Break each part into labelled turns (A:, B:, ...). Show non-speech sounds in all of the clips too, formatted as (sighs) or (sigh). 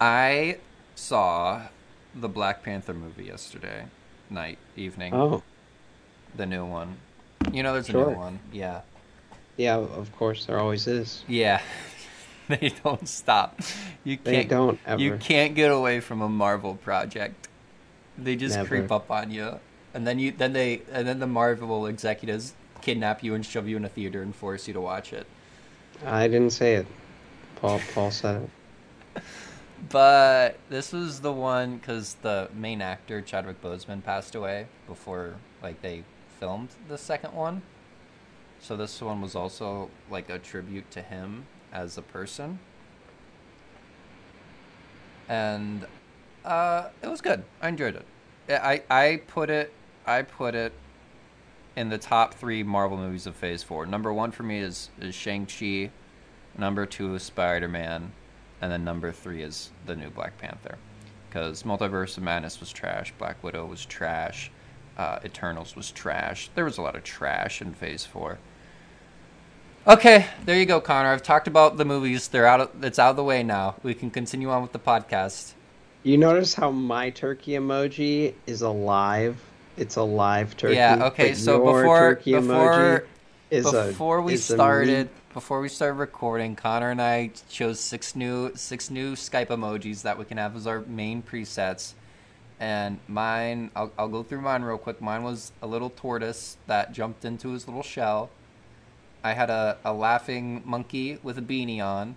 A: I saw the Black Panther movie yesterday night, evening.
B: Oh,
A: The new one. You know, there's a
B: Sure.
A: new one. Yeah.
B: yeah, of course there always is.
A: Yeah. (laughs) they don't stop. You
B: They
A: can't.
B: don't ever.
A: You can't get away from a Marvel project. They just
B: Never.
A: creep up on you, and then you then they and then the Marvel executives kidnap you and shove you in a theater and force you to watch it.
B: I didn't say it. Paul Paul said it.
A: But this was the one because the main actor Chadwick Boseman passed away before like they filmed the second one. So this one was also like a tribute to him as a person. And uh, it was good. I enjoyed it. I I I put it I put it in the top three Marvel movies of Phase Four. Number one for me is is Shang Chi. Number two is Spider Man, and then number three is the new Black Panther, because Multiverse of Madness was trash, Black Widow was trash, uh, Eternals was trash. There was a lot of trash in Phase Four. Okay, there you go, Connor. I've talked about the movies. They're out. Of, it's out of the way now. We can continue on with the podcast.
B: You notice how my turkey emoji is alive? It's a live turkey.
A: yeah. Okay.
B: but
A: So
B: your
A: before
B: turkey
A: before
B: emoji is a-
A: before we
B: is a
A: started
B: meat-
A: before we started recording connor and i chose six new six new skype emojis that we can have as our main presets and mine i'll, I'll go through mine real quick mine was a little tortoise that jumped into his little shell i had a, a laughing monkey with a beanie on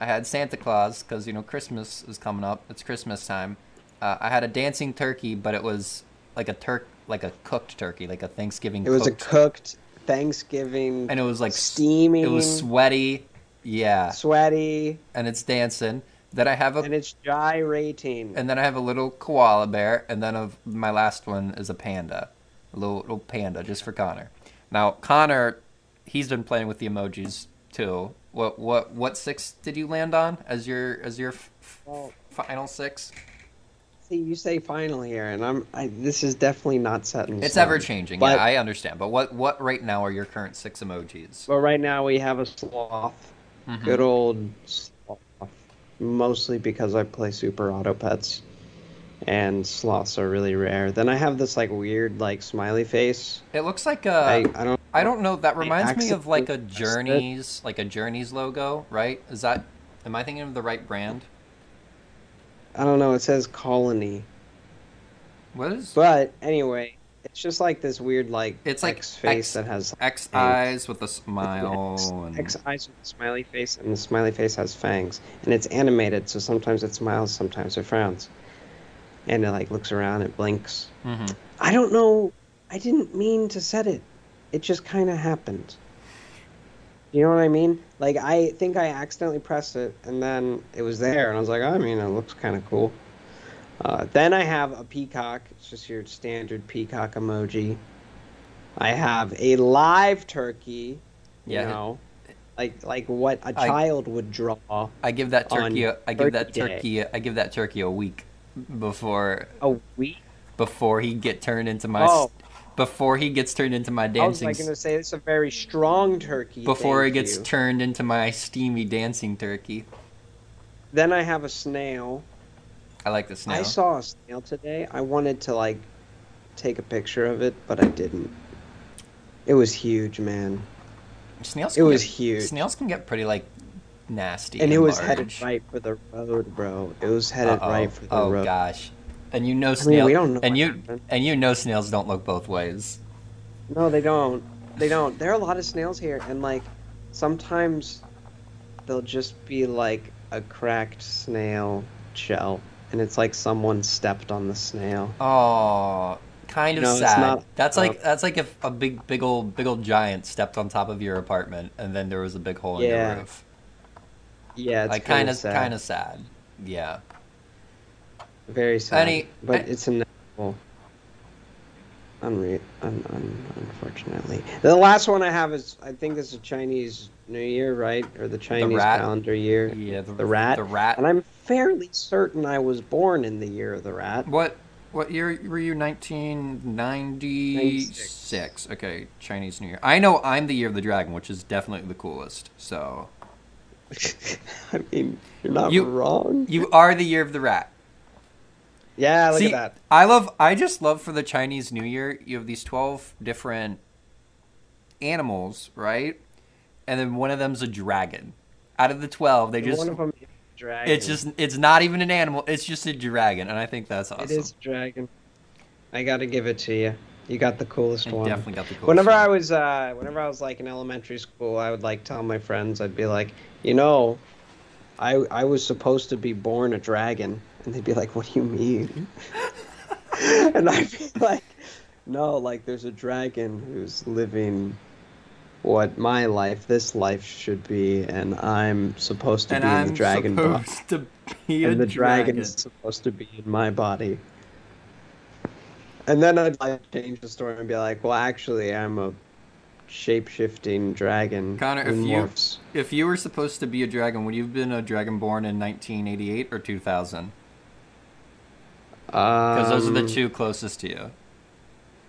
A: i had santa claus because you know christmas is coming up it's christmas time uh, i had a dancing turkey but it was like a turk like a cooked turkey like a thanksgiving
B: it was
A: cooked
B: a cooked Thanksgiving
A: and it was like s-
B: steaming,
A: It was sweaty, yeah,
B: sweaty,
A: and it's dancing. Then I have a
B: and it's gyrating.
A: and then I have a little koala bear, and then of my last one is a panda, a little, little panda just for Connor. Now Connor, he's been playing with the emojis too. What what what six did you land on as your as your f- f-
B: Well-
A: final six?
B: See, you say finally here, and I'm. I, this is definitely not set in
A: It's
B: stone.
A: ever changing.
B: But-
A: Yeah, I understand. But what what right now are your current six emojis?
B: But right now we have a sloth.
A: Mhm.
B: Good old sloth. Mostly because I play Super Auto Pets, and sloths are really rare. Then I have this like weird like smiley face.
A: It looks like uh, a.
B: I, I don't.
A: I don't know. That reminds me of like a
B: accidentally pressed it.
A: Journeys, like a Journeys logo, right? Is that? Am I thinking of the right brand?
B: I don't know. It says colony,
A: What is
B: but anyway, it's just like this weird like
A: It's like
B: X face
A: X-
B: that has
A: X
B: a-
A: eyes with a
B: X,
A: smile? And,
B: X eyes with a smiley face, and the smiley face has fangs, and it's animated, so sometimes it smiles, sometimes it frowns, and it like looks around, it blinks.
A: Mhm.
B: I don't know. I didn't mean to set it. It just kind of happened. You know what I mean? Like I think I accidentally pressed it, and then it was there, and I was like, I mean, it looks kind of cool. Uh, then I have a peacock. It's just your standard peacock emoji. I have a live turkey. You
A: Yeah.
B: know, like like what a
A: I-
B: child would draw.
A: I give that
B: on
A: turkey. A, I give that
B: Turkey Day.
A: turkey. A, I give that turkey a week before
B: A week.
A: before he get turned into my. s-
B: Oh.
A: Before he gets turned into my
B: I was
A: dancing.
B: like
A: s-
B: going to say it's a very strong turkey.
A: before he
B: thank
A: gets
B: you.
A: turned into my steamy dancing turkey.
B: Then I have a snail.
A: I like this now.
B: I saw a snail today. I wanted to like take a picture of it, but I didn't. It was huge, man.
A: snails.
B: It
A: can
B: was
A: get-
B: huge.
A: Snails can get pretty like nasty.
B: and it was headed
A: large.
B: right for the road, bro. It was headed
A: Uh-oh.
B: right for the
A: oh
B: road.
A: gosh, and you know
B: I
A: snails.
B: mean, we don't know
A: And
B: what
A: you
B: happened.
A: and you know snails don't look both ways.
B: No, they don't. They don't. There are a lot of snails here, and like sometimes they'll just be like a cracked snail shell, and it's like someone stepped on the snail.
A: Oh, kind of
B: No, it's
A: sad.
B: not-
A: that's
B: uh,
A: like that's like if a big big old big old giant stepped on top of your apartment and then there was a big hole in
B: Yeah,
A: your roof.
B: Yeah, it's
A: Like kind of
B: sad.
A: kind of sad. Yeah.
B: Very sad.
A: Any-
B: but
A: I-
B: it's inevitable. Unre- un- un- unfortunately. The last one I have is I think it's a Chinese New Year, right? Or the Chinese
A: rat.
B: calendar year.
A: Yeah. The,
B: The rat.
A: The rat.
B: And I'm fairly certain I was born in the year of the rat. (laughs)
A: What what year were you? Nineteen ninety six. Okay, Chinese New Year. I know I'm the year of the dragon, which is definitely the coolest. So
B: I mean, you're not
A: You-
B: wrong.
A: You are the year of the rat.
B: yeah, look
A: See,
B: at that.
A: I love. I just love for the Chinese New Year. You have these twelve different animals, right? And then one of them's a dragon. Out of the twelve, they just
B: One of them is dragon.
A: it's just it's not even an animal. It's just a dragon, and I think that's awesome.
B: It is dragon. I gotta give it to you. You got the coolest
A: I
B: one.
A: definitely got the coolest.
B: Whenever
A: one.
B: I was, uh, whenever I was like in elementary school, I would like tell my friends, I'd be like, you know, I I was supposed to be born a dragon, and they'd be like, what do you mean? (laughs) and I'd be like, no, like there's a dragon who's living what my life, this life should be, and I'm supposed to
A: and
B: be
A: I'm
B: in the dragon box,
A: supposed to be a
B: and the
A: dragon.
B: dragon's supposed to be in my body. And then I'd like change the story and be like, well, actually, I'm a shape-shifting dragon.
A: Connor,
B: who
A: if you-
B: morphs."
A: If you were supposed to be a dragon, would you have been a dragon born in 1988 or 2000? Because those are
B: Um,
A: the two closest to you.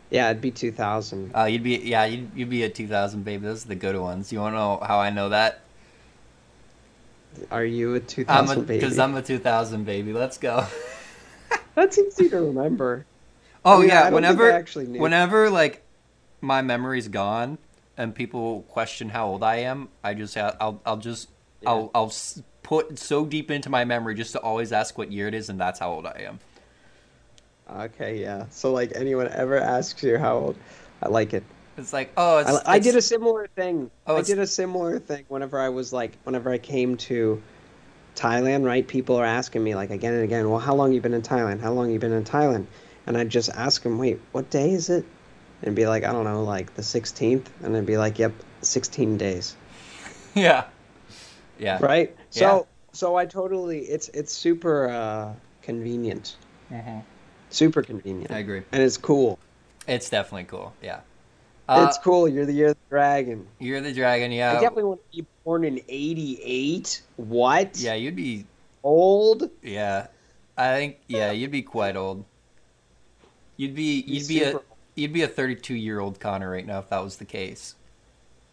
B: Yeah, it'd be 2000.
A: Uh, you'd be yeah, you'd, you'd be a 2000 baby. Those are the good ones. You want to know how I know that?
B: Are you a
A: I'm
B: 2000
A: a
B: baby? Oh,
A: because I'm a 2000 baby. Let's go. (laughs)
B: That's easy to remember.
A: Oh
B: I mean, I
A: yeah,
B: don't
A: whenever
B: think I actually knew.
A: whenever like my memory's gone and people question how old I am, I just ha- I'll I'll just I'll I'll s- put so deep into my memory just to always ask what year it is, and that's how old I am.
B: Okay, yeah. So like anyone ever asks you how old, I like it.
A: It's like oh, it's,
B: I, I
A: it's-
B: did a similar thing.
A: Oh,
B: I
A: it's-
B: did a similar thing whenever I was like, whenever I came to Thailand, right? People are asking me like again and again, well, how long you been in Thailand? How long you been in Thailand? And I'd just ask them, wait, what day is it? And be like, I don't know, like the 16th. And I'd be like, yep, 16 days.
A: (laughs) yeah, yeah,
B: Right? So,
A: Yeah.
B: so I totally, it's, it's super uh, convenient.
A: Mhm.
B: Super convenient.
A: I agree.
B: And it's cool.
A: It's definitely cool. Yeah, uh,
B: it's cool. You're the year of the dragon.
A: you're the dragon.
B: I
A: Yeah,
B: definitely want to be born in 88. What?
A: yeah, you'd be
B: old.
A: Yeah, I think yeah, you'd be quite old. You'd be
B: Be
A: you'd be a
B: super old.
A: you'd be a 32 year old Connor right now if that was the case.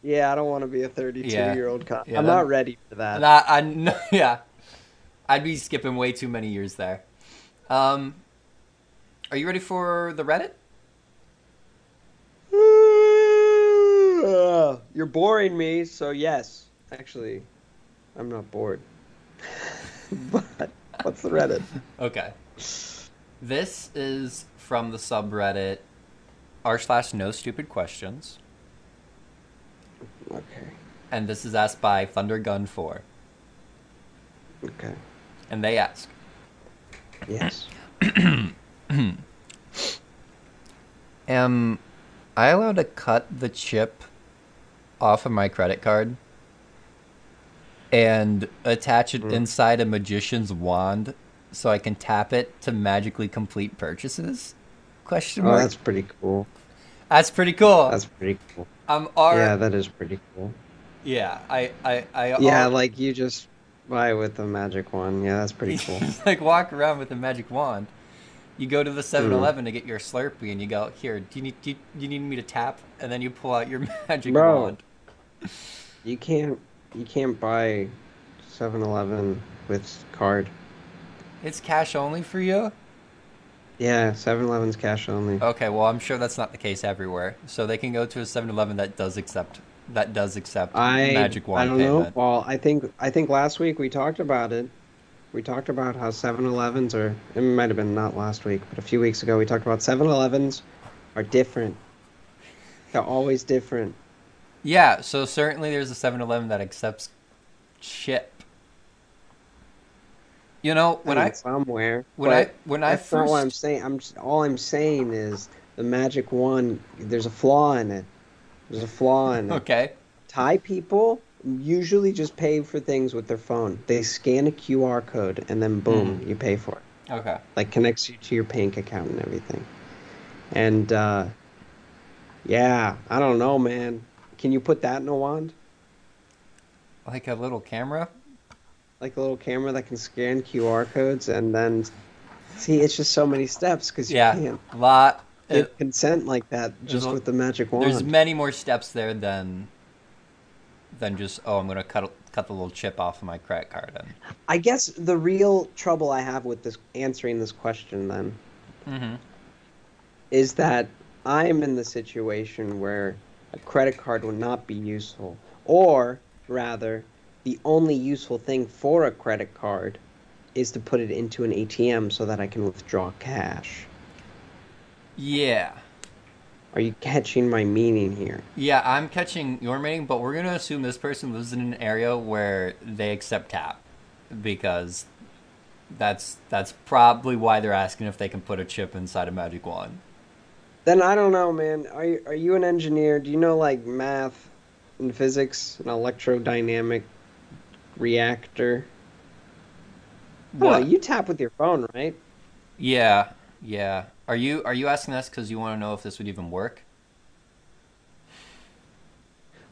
B: Yeah, I don't want to be a 32
A: Yeah.
B: year old cop.
A: Yeah,
B: I'm
A: that-
B: not ready for that.
A: And I, I kn- (laughs) yeah, I'd be skipping way too many years there. Um, are you ready for the Reddit?
B: Ugh, (sighs) You're boring me, so yes. Actually, I'm not bored. (laughs) but what's the Reddit?
A: Okay. This is from the subreddit r slash no stupid questions,
B: Okay.
A: and this is asked by Thundergun Four,
B: Okay.
A: and they ask.
B: Yes.
A: Am I allowed to cut the chip off of my credit card and attach it
B: Mm.
A: inside a magician's wand so I can tap it to magically complete purchases? Question
B: Oh,
A: mark.
B: that's
A: that's...
B: pretty cool.
A: pretty cool.
B: That's pretty cool.
A: I'm already.
B: Yeah,
A: Yeah,
B: that is pretty cool.
A: I, I, I.
B: Yeah,
A: al-
B: like you just buy with the magic one. Yeah,
A: (laughs)
B: that's pretty cool.
A: like walk around with a magic wand. You go to
B: Mm.
A: the 7-Eleven to get your Slurpee, and you go, "Here, do you need do you, you need me to tap?" And then you pull out your (laughs) magic
B: Bro.
A: wand.
B: You can't you can't buy 7-Eleven with card.
A: It's cash only for you.
B: Yeah, 7-Eleven's cash only.
A: Okay, well, I'm sure that's not the case everywhere. So they can go to a 7-Eleven that does accept that does accept
B: I
A: magic
B: I
A: wand
B: don't know.
A: payment.
B: Well, I think I think last week we talked about it. We talked about how 7-Elevens are it might have been not last week, but a few weeks ago we talked about 7-Elevens are different. They're always different.
A: Yeah, so certainly there's a 7-Eleven that accepts chip. You know, when I
B: mean, somewhere
A: when I
B: but
A: when I
B: that's not what I'm
A: first
B: saying. I'm just, all I'm saying is the magic wand. There's a flaw in it. There's a flaw in it.
A: okay,
B: Thai people usually just pay for things with their phone. They scan a QR code and then boom,
A: Hmm.
B: you pay for it.
A: okay.
B: Like connects you to your bank account and everything. And uh yeah, I don't know, man. Can you put that in a wand?
A: Like a little camera?
B: Like a little camera that can scan QR codes and then see it's just so many steps cuz you
A: Yeah.
B: can't
A: Lot
B: get
A: it-
B: consent like that
A: there's
B: just
A: a-
B: with the magic
A: there's
B: wand.
A: many more steps there than than just oh, I'm gonna cut cut the little chip off of my credit card. And
B: I guess the real trouble I have with this answering this question then
A: Mhm.
B: is that I'm in the situation where a credit card will not be useful, or rather, the only useful thing for a credit card is to put it into an ATM so that I can withdraw cash.
A: yeah,
B: Are you catching my meaning here?
A: yeah, I'm catching your meaning, but we're gonna assume this person lives in an area where they accept tap, because that's that's probably why they're asking if they can put a chip inside a magic wand.
B: Then I don't know, man. Are you, are you an engineer? Do you know like math and physics and electrodynamic reactor? Well,
A: What?
B: you tap with your phone, right?
A: Yeah, yeah. Are you are you asking us because you want to know if this would even work?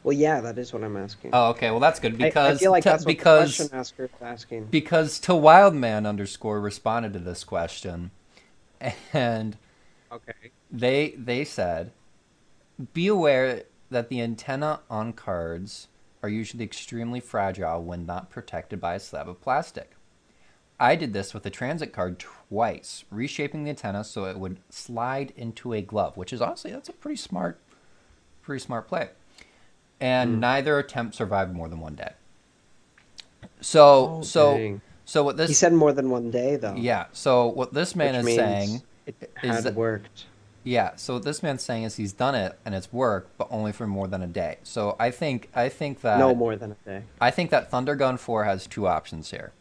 B: Well, yeah, that is what I'm asking.
A: Oh, okay. Well, that's good
B: I-
A: because
B: I, feel like
A: te-
B: that's what
A: because
B: the question asker is asking.
A: because to wildman underscore responded to this question, (laughs) and
B: okay.
A: they they said, be aware that the antenna on cards are usually extremely fragile when not protected by a slab of plastic. I did this with a transit card twice, reshaping the antenna so it would slide into a glove, which is honestly that's a pretty smart, pretty smart play.
B: Hmm.
A: And neither attempt survived more than one day. So
B: Oh,
A: so
B: dang.
A: so what
B: He
A: this
B: said more than one day, though.
A: yeah so what this man
B: which
A: is
B: means
A: saying
B: it
A: is
B: had
A: that-
B: worked.
A: yeah, so what this man's saying is he's done it and it's worked, but only for more than a day. So I think I think that
B: no more than a day.
A: I think that Thundergun 4 has two options here.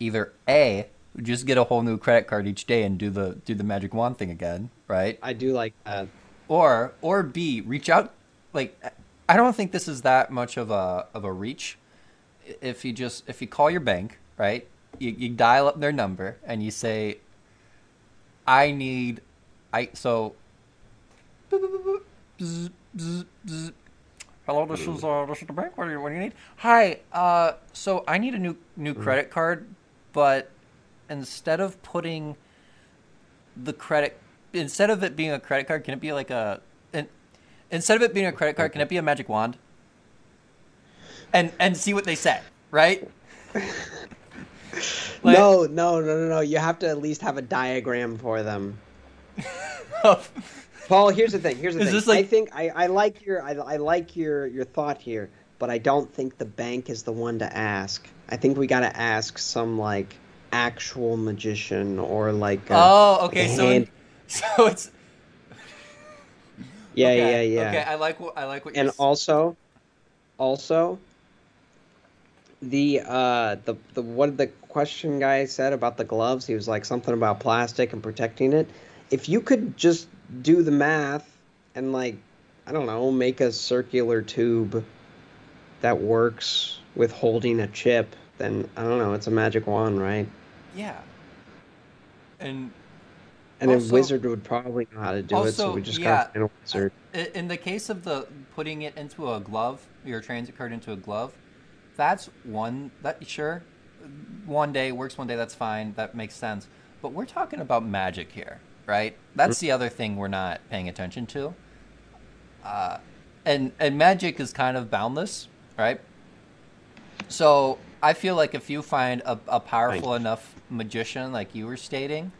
A: Either A, just get a whole new credit card each day and do the do the magic wand thing again, right?
B: I do like that.
A: Or or B, reach out like I don't think this is that much of a of a reach. I- If you just if you call your bank, right? You, you dial up their number and you say I need I so boop, boop, boop, boop, zzz, zzz, zzz. Hello, this is uh, this is the bank. What do you, what do you need? Hi. Uh, so I need a new new credit card, but instead of putting the credit, instead of it being a credit card, can it be like a, in, instead of it being a credit card, can it be a magic wand? And and see what they say, right? (laughs) Like-
B: no, no, no, no, no. You have to at least have a diagram for them.
A: Oh,
B: Paul, here's the thing. Here's the
A: Is
B: thing.
A: this like-
B: I think I, I like your I, I like your your thought here, but I don't think the bank is the one to ask. I think we got to ask some like actual magician or like a,
A: oh, okay. So
B: hand-
A: (laughs) so it's
B: yeah,
A: okay,
B: yeah, yeah.
A: Okay, I like what I like what
B: and
A: you're
B: also also the uh the, the what the question guy said about the gloves he was like something about plastic and protecting it if you could just do the math and like i don't know make a circular tube that works with holding a chip then i don't know it's a magic wand right
A: yeah. And
B: and
A: Also-
B: a wizard would probably know how to do it so
A: Also,
B: we just
A: yeah.
B: gotta find a wizard
A: I- In the case of the putting it into a glove, your transit card into a glove, that's one that sure, one day works, one day that's fine, that makes sense. But we're talking about magic here, right? That's the other thing we're not paying attention to. Uh, and and magic is kind of boundless, right? So I feel like if you find a, a powerful enough magician, like you were stating,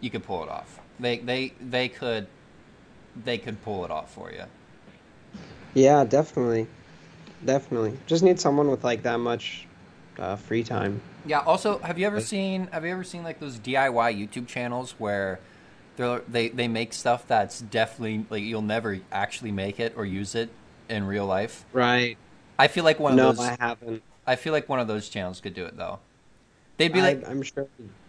A: you could pull it off. They they they could they could pull it off for you.
B: Yeah, definitely. Definitely. Just need someone with like that much uh, free time.
A: Yeah. Also, have you ever seen have you ever seen like those DIY YouTube channels where they they they make stuff that's definitely like you'll never actually make it or use it in real life?
B: Right.
A: I feel like one
B: no,
A: of those
B: I haven't.
A: I feel like one of those channels could do it though. They'd be like
B: I, am sure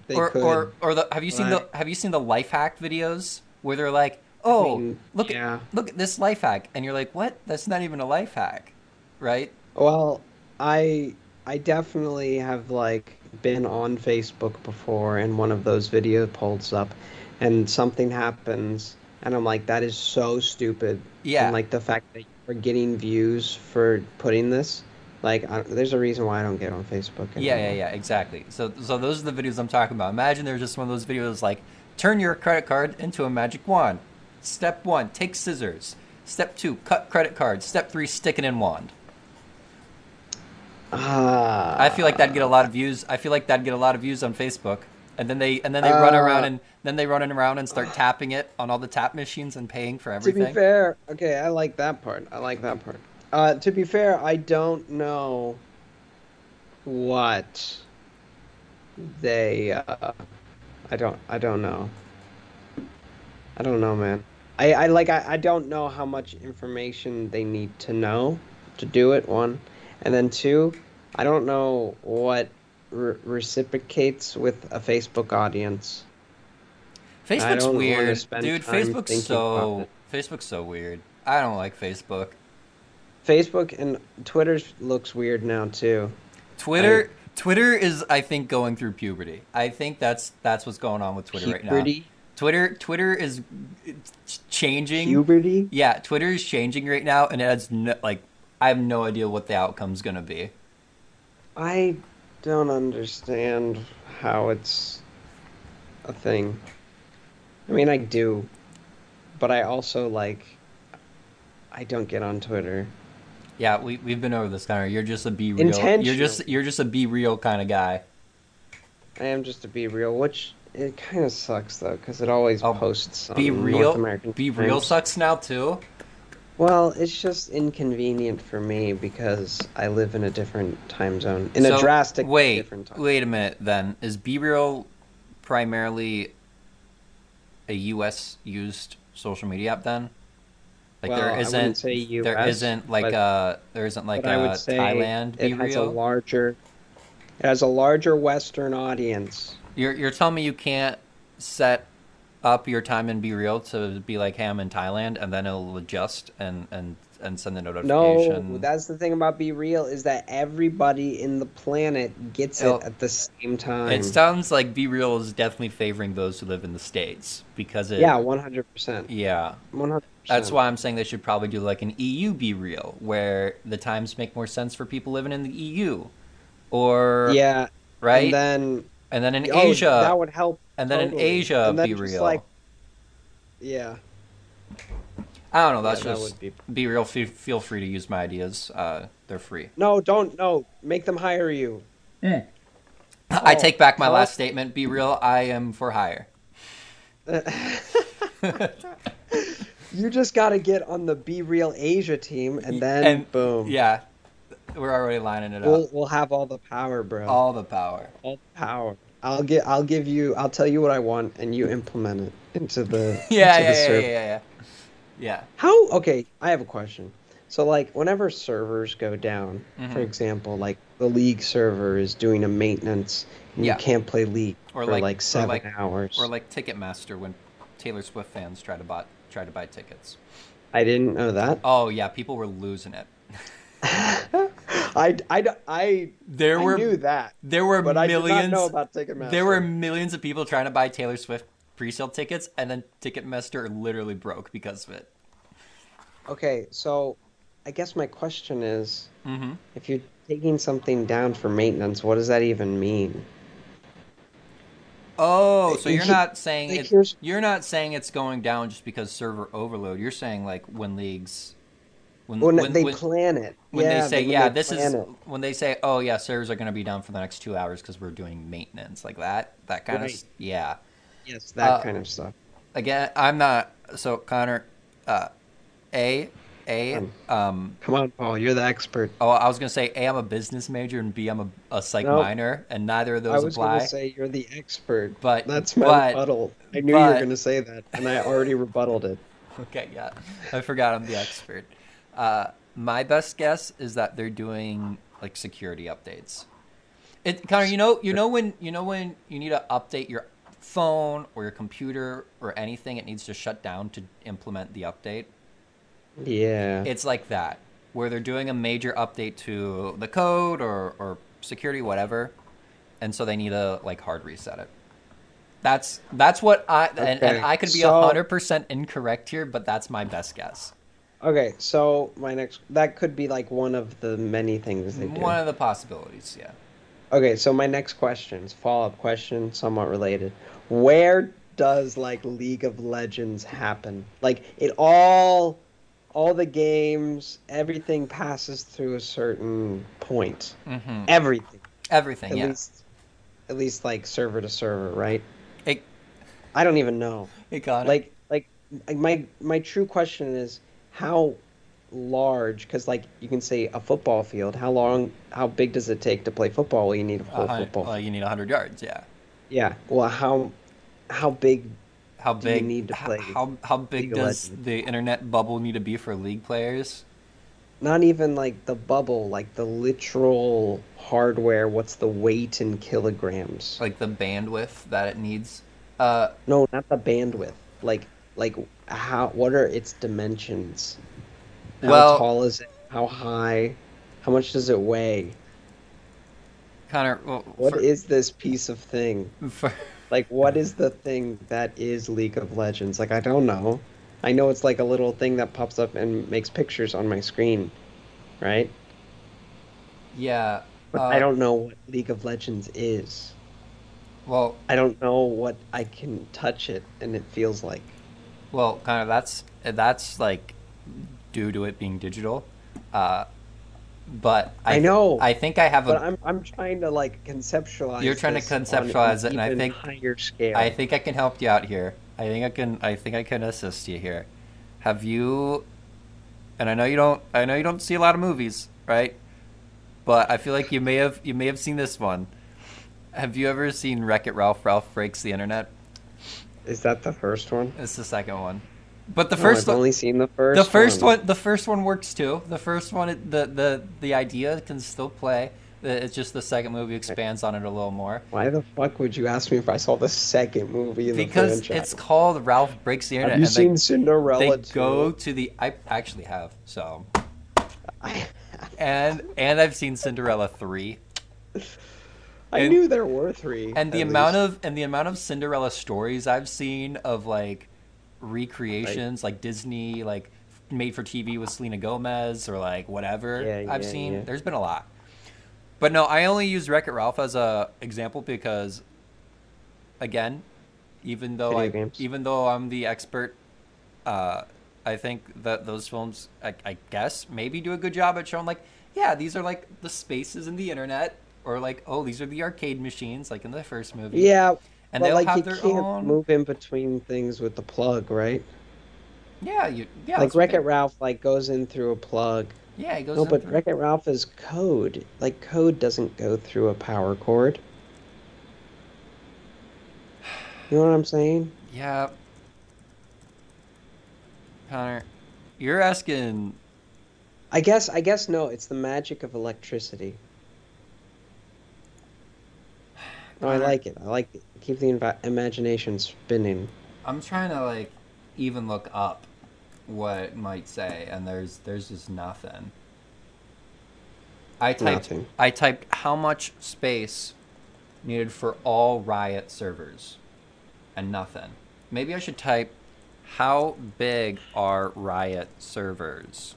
B: they
A: or,
B: could.
A: or or the have you seen
B: Right.
A: the have you seen the life hack videos where they're like, "Oh,
B: mean,
A: look
B: yeah.
A: at look at this life hack." And you're like, "What? That's not even a life hack." Right?
B: well, I I definitely have like been on Facebook before, and one of those video polls up, and something happens, and I'm like, that is so stupid.
A: Yeah.
B: And like the fact that we're getting views for putting this, like, I, there's a reason why I don't get on Facebook.
A: Yeah,
B: Anymore.
A: yeah, yeah, exactly. So, so those are the videos I'm talking about. Imagine there's just one of those videos like, turn your credit card into a magic wand. Step one, take scissors. Step two, cut credit card. Step three, stick it in wand.
B: Ah.
A: I feel like that'd get a lot of views. I feel like that'd get a lot of views on Facebook. And then they and then they run
B: Uh.
A: around and then they run around and start tapping it on all the tap machines and paying for
B: To be
A: everything.
B: fair, okay, I like that part. I like that part. Uh, to be fair, I don't know what they. Uh, I don't. I don't know. I don't know, man. I, I like. I, I don't know how much information they need to know to do it. One, and then two, I don't know what re- reciprocates with a Facebook audience. I
A: Facebook's
B: don't wanna
A: weird,
B: spend
A: dude.
B: time
A: Facebook's
B: thinking
A: so
B: about
A: Facebook's so weird. I don't like Facebook.
B: Facebook and Twitter looks weird now too.
A: Twitter Twitter is I think going through puberty. I think that's that's what's going on with Twitter right now.
B: puberty.
A: Twitter Twitter is it's changing.
B: Puberty.
A: Yeah, Twitter is changing right now, and it has no, like I have no idea what the outcome's gonna be.
B: I don't understand how it's a thing. I mean, I do, but I also like. I don't get on Twitter.
A: Yeah, we we've been over this, Connor. You're just a be real. You're just
B: Intentional.
A: you're just a be real kind of guy.
B: I am just to be real, which it kind of sucks though, because it always
A: Oh,
B: posts. Some
A: Be
B: North
A: real.
B: American
A: Be real
B: times.
A: sucks now too.
B: Well, it's just inconvenient for me because I live in a different time zone, in
A: So,
B: a drastic
A: wait,
B: different time.
A: Wait a minute. Then is be real primarily a U.S. used social media app? Then like
B: Well,
A: there
B: I wouldn't
A: isn't
B: say
A: there
B: US,
A: isn't like
B: but-
A: uh there isn't like
B: but I
A: uh
B: would say
A: Thailand
B: it
A: be
B: has a
A: real.
B: larger, it has a larger Western audience.
A: You're you're telling me you can't set up your time and be real to be like, hey, I'm in Thailand, and then it'll adjust and and and send the notification.
B: No, that's the thing about Be Real is that everybody in the planet gets
A: Well,
B: it at the same time.
A: It sounds like Be Real is definitely favoring those who live in the states because it.
B: yeah, one hundred percent.
A: Yeah.
B: One hundred.
A: That's why I'm saying they should probably do like an EU Be Real, where the times make more sense for people living in the EU, or
B: Yeah,
A: right,
B: And then
A: And then in
B: oh,
A: Asia,
B: that would help.
A: and then
B: totally.
A: in Asia
B: And then
A: Be
B: just,
A: Real.
B: like- yeah,
A: I don't know. That's
B: yeah, that
A: just
B: would be.
A: Be Real. Fe- feel free to use my ideas. Uh, they're free.
B: No, don't. No, make them hire you.
A: I
B: Oh,
A: take back my
B: hello?
A: last statement. Be real, I am for hire.
B: You just got to get on the Be Real Asia team, and then
A: And-
B: boom.
A: Yeah, we're already lining it
B: We'll,
A: up.
B: we'll have all the power, bro.
A: All the
B: (laughs)
A: power.
B: all the power. I'll get. I'll give you. I'll tell you what I want, and you implement it into the.
A: (laughs) Yeah,
B: into
A: yeah, yeah,
B: the
A: yeah,
B: server.
A: yeah, yeah. Yeah.
B: How? Okay, I have a question. So, like, whenever servers go down,
A: Mhm.
B: for example, like the league server is doing a maintenance, and
A: Yeah.
B: you can't play league
A: Or
B: for
A: like-
B: like,
A: or
B: seven
A: like-
B: hours.
A: Or like Ticketmaster when Taylor Swift fans try to buy try to buy tickets.
B: I didn't know that.
A: Oh yeah, people were losing it.
B: (laughs) I, I, I,
A: Oh. There
B: I
A: were
B: knew that,
A: there were
B: but I did not
A: millions
B: know about Ticketmaster.
A: there were millions of people trying to buy Taylor Swift pre-sale tickets and then Ticketmaster literally broke because of it.
B: Okay, so I guess my question is
A: Mm-hmm.
B: if you're taking something down for maintenance, what does that even mean?
A: Oh, so
B: Like,
A: you're
B: he-
A: not saying
B: like,
A: it,
B: here's-
A: you're not saying it's going down just because server overload. You're saying like when leagues when
B: When,
A: when,
B: they
A: when,
B: plan it.
A: when
B: yeah,
A: they say
B: when
A: yeah
B: they
A: this is
B: plan it.
A: when they say oh yeah servers are going to be down for the next two hours because we're doing maintenance like that that kind
B: Right.
A: of of yeah
B: Yes, that
A: uh,
B: kind of stuff.
A: again I'm not so Connor uh, a a
B: Um,
A: um
B: Come on, Paul, you're the expert.
A: oh I was going to say a I'm a business major and b I'm a, a psych
B: No.
A: minor and neither of
B: I
A: those
B: was
A: apply
B: going to say you're the expert.
A: But-
B: that's my
A: but-
B: rebuttal. I knew you
A: but-
B: were going to say that, and I already rebutted it.
A: (laughs) Okay, yeah. I forgot I'm the expert. Uh, my best guess is that they're doing like security updates. It Connor, you know, you know when you know when you need to update your phone or your computer or anything, it needs to shut down to implement the update.
B: Yeah.
A: It's like that, where they're doing a major update to the code or or security, whatever, and so they need to like hard reset it. That's that's what I and, and
B: Okay,
A: I could be
B: so-
A: hundred percent incorrect here, but that's my best guess.
B: okay, so my next that could be like one of the many things they do.
A: One of the possibilities, yeah.
B: Okay, so my next question is follow-up question, somewhat related. Where does like League of Legends happen? Like it all all the games, everything passes through a certain point.
A: hmm
B: Everything,
A: Everything,
B: at
A: yeah.
B: least, at least like server to server, right?
A: It,
B: I don't even know.
A: it got it.
B: Like, like like, my my true question is how large? Because like you can say a football field. How long? How big does it take to play football? Well, you need a
A: A
B: whole
A: hun-
B: football.
A: Well, you need 100 yards, yeah.
B: yeah. Well, how how big
A: How
B: Do you
A: big
B: need to
A: h-
B: play
A: How how big
B: League of
A: does
B: Legends?
A: the internet bubble need to be for league players?
B: not even like the bubble, like the literal hardware. What's the weight in kilograms?
A: Like the bandwidth that it needs. Uh,
B: No, not the bandwidth. Like, like how? What are its dimensions? How
A: Well-
B: tall is it? How high? How much does it weigh?
A: Connor, well,
B: What
A: for,
B: is this piece of thing?
A: for-
B: Like, what is the thing that is League of Legends? Like, I don't know. I know it's like a little thing that pops up and makes pictures on my screen, right?
A: (laughs) yeah.
B: But
A: uh,
B: I don't know what League of Legends is.
A: Well,
B: I don't know what I can touch it and it feels like.
A: well, Connor, that's that's like due to it being digital. Uh, but I,
B: I know,
A: I think I have
B: But
A: a.
B: I'm I'm trying to like conceptualize.
A: You're trying to
B: this on an
A: conceptualize it, and I
B: even
A: think-
B: higher scale.
A: I think I can help you out here. I think I can. I think I can assist you here. Have you? And I know you don't. I know you don't see a lot of movies, right? But I feel like you may have. You may have seen this one. Have you ever seen Wreck It Ralph? Ralph breaks the internet.
B: Is that the first one?
A: It's the second one. But the
B: No,
A: first
B: I've
A: one.
B: only seen the first.
A: the first one. the first one works too the first one it- the the the idea can still play The- it's just the second movie expands on it a little more
B: Why the fuck would you ask me if I saw the second movie in the
A: because it's
B: franchise?
A: called ralph breaks the internet
B: Have you seen
A: and they,
B: Cinderella?
A: they go
B: 2?
A: to the i actually have so
B: I,
A: and and i've seen cinderella 3
B: (laughs) I
A: And-
B: knew there were three.
A: and the
B: at
A: amount
B: least.
A: of and the amount of cinderella stories i've seen of like recreations like disney like made for tv with selena gomez or like whatever
B: Yeah,
A: i've
B: yeah,
A: seen
B: yeah.
A: there's been a lot but no i only use wreck it ralph as a example because again even though
B: Video
A: i
B: games.
A: even though i'm the expert uh i think that those films I, I guess maybe do a good job at showing like yeah these are like the spaces in the internet or like oh these are the arcade machines like in the first movie
B: yeah,
A: and
B: but
A: they'll
B: like
A: have
B: you
A: their
B: can't
A: own.
B: move in between things with the plug, right?
A: Yeah, you, yeah.
B: like
A: that's what
B: Wreck
A: they-
B: It Ralph, like goes in through a plug.
A: Yeah, it goes.
B: No,
A: in
B: but
A: through-
B: Wreck It Ralph is code. Like code doesn't go through a power cord. You know what I'm saying?
A: Yeah. Connor, you're asking.
B: I guess I guess no, it's the magic of electricity. No, I
A: Connor,
B: like it. I like it. Keep the invi- imagination spinning.
A: I'm trying to like even look up what it might say, and there's there's just nothing. I typed
B: Nothing.
A: I typed how much space needed for all Riot servers, and nothing. Maybe I should type how big are Riot servers.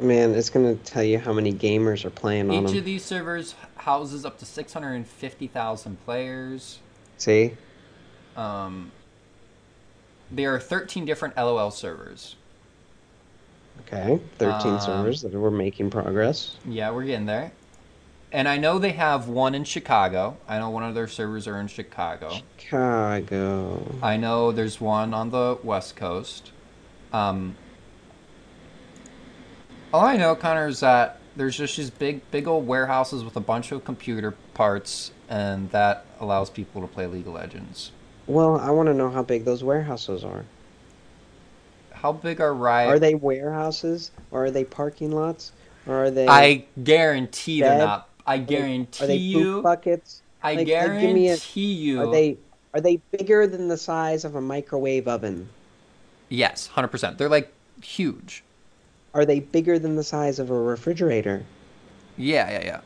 B: Man, it's gonna tell you how many gamers are playing on
A: Each
B: them.
A: of these servers houses up to 650,000 players.
B: See?
A: Um, there are 13 different LOL servers.
B: Okay, thirteen
A: Um,
B: servers that were making progress.
A: Yeah, we're getting there. And I know they have one in Chicago. I know one of their servers are in Chicago.
B: Chicago.
A: I know there's one on the West Coast. Um, all I know, Connor, is that there's just these big, big old warehouses with a bunch of computer parts, and that allows people to play League of Legends.
B: Well, I want to know how big those warehouses are.
A: How big are Riot?
B: Are they warehouses or are they parking lots or are they?
A: I guarantee they're
B: Dead?
A: not. I
B: are they
A: guarantee
B: poop
A: you.
B: buckets?
A: I
B: Like, like, give me
A: guarantee
B: a-
A: you.
B: Are they are they bigger than the size of a microwave oven?
A: Yes, hundred percent. They're like huge.
B: Are they bigger than the size of a refrigerator?
A: Yeah, yeah, yeah.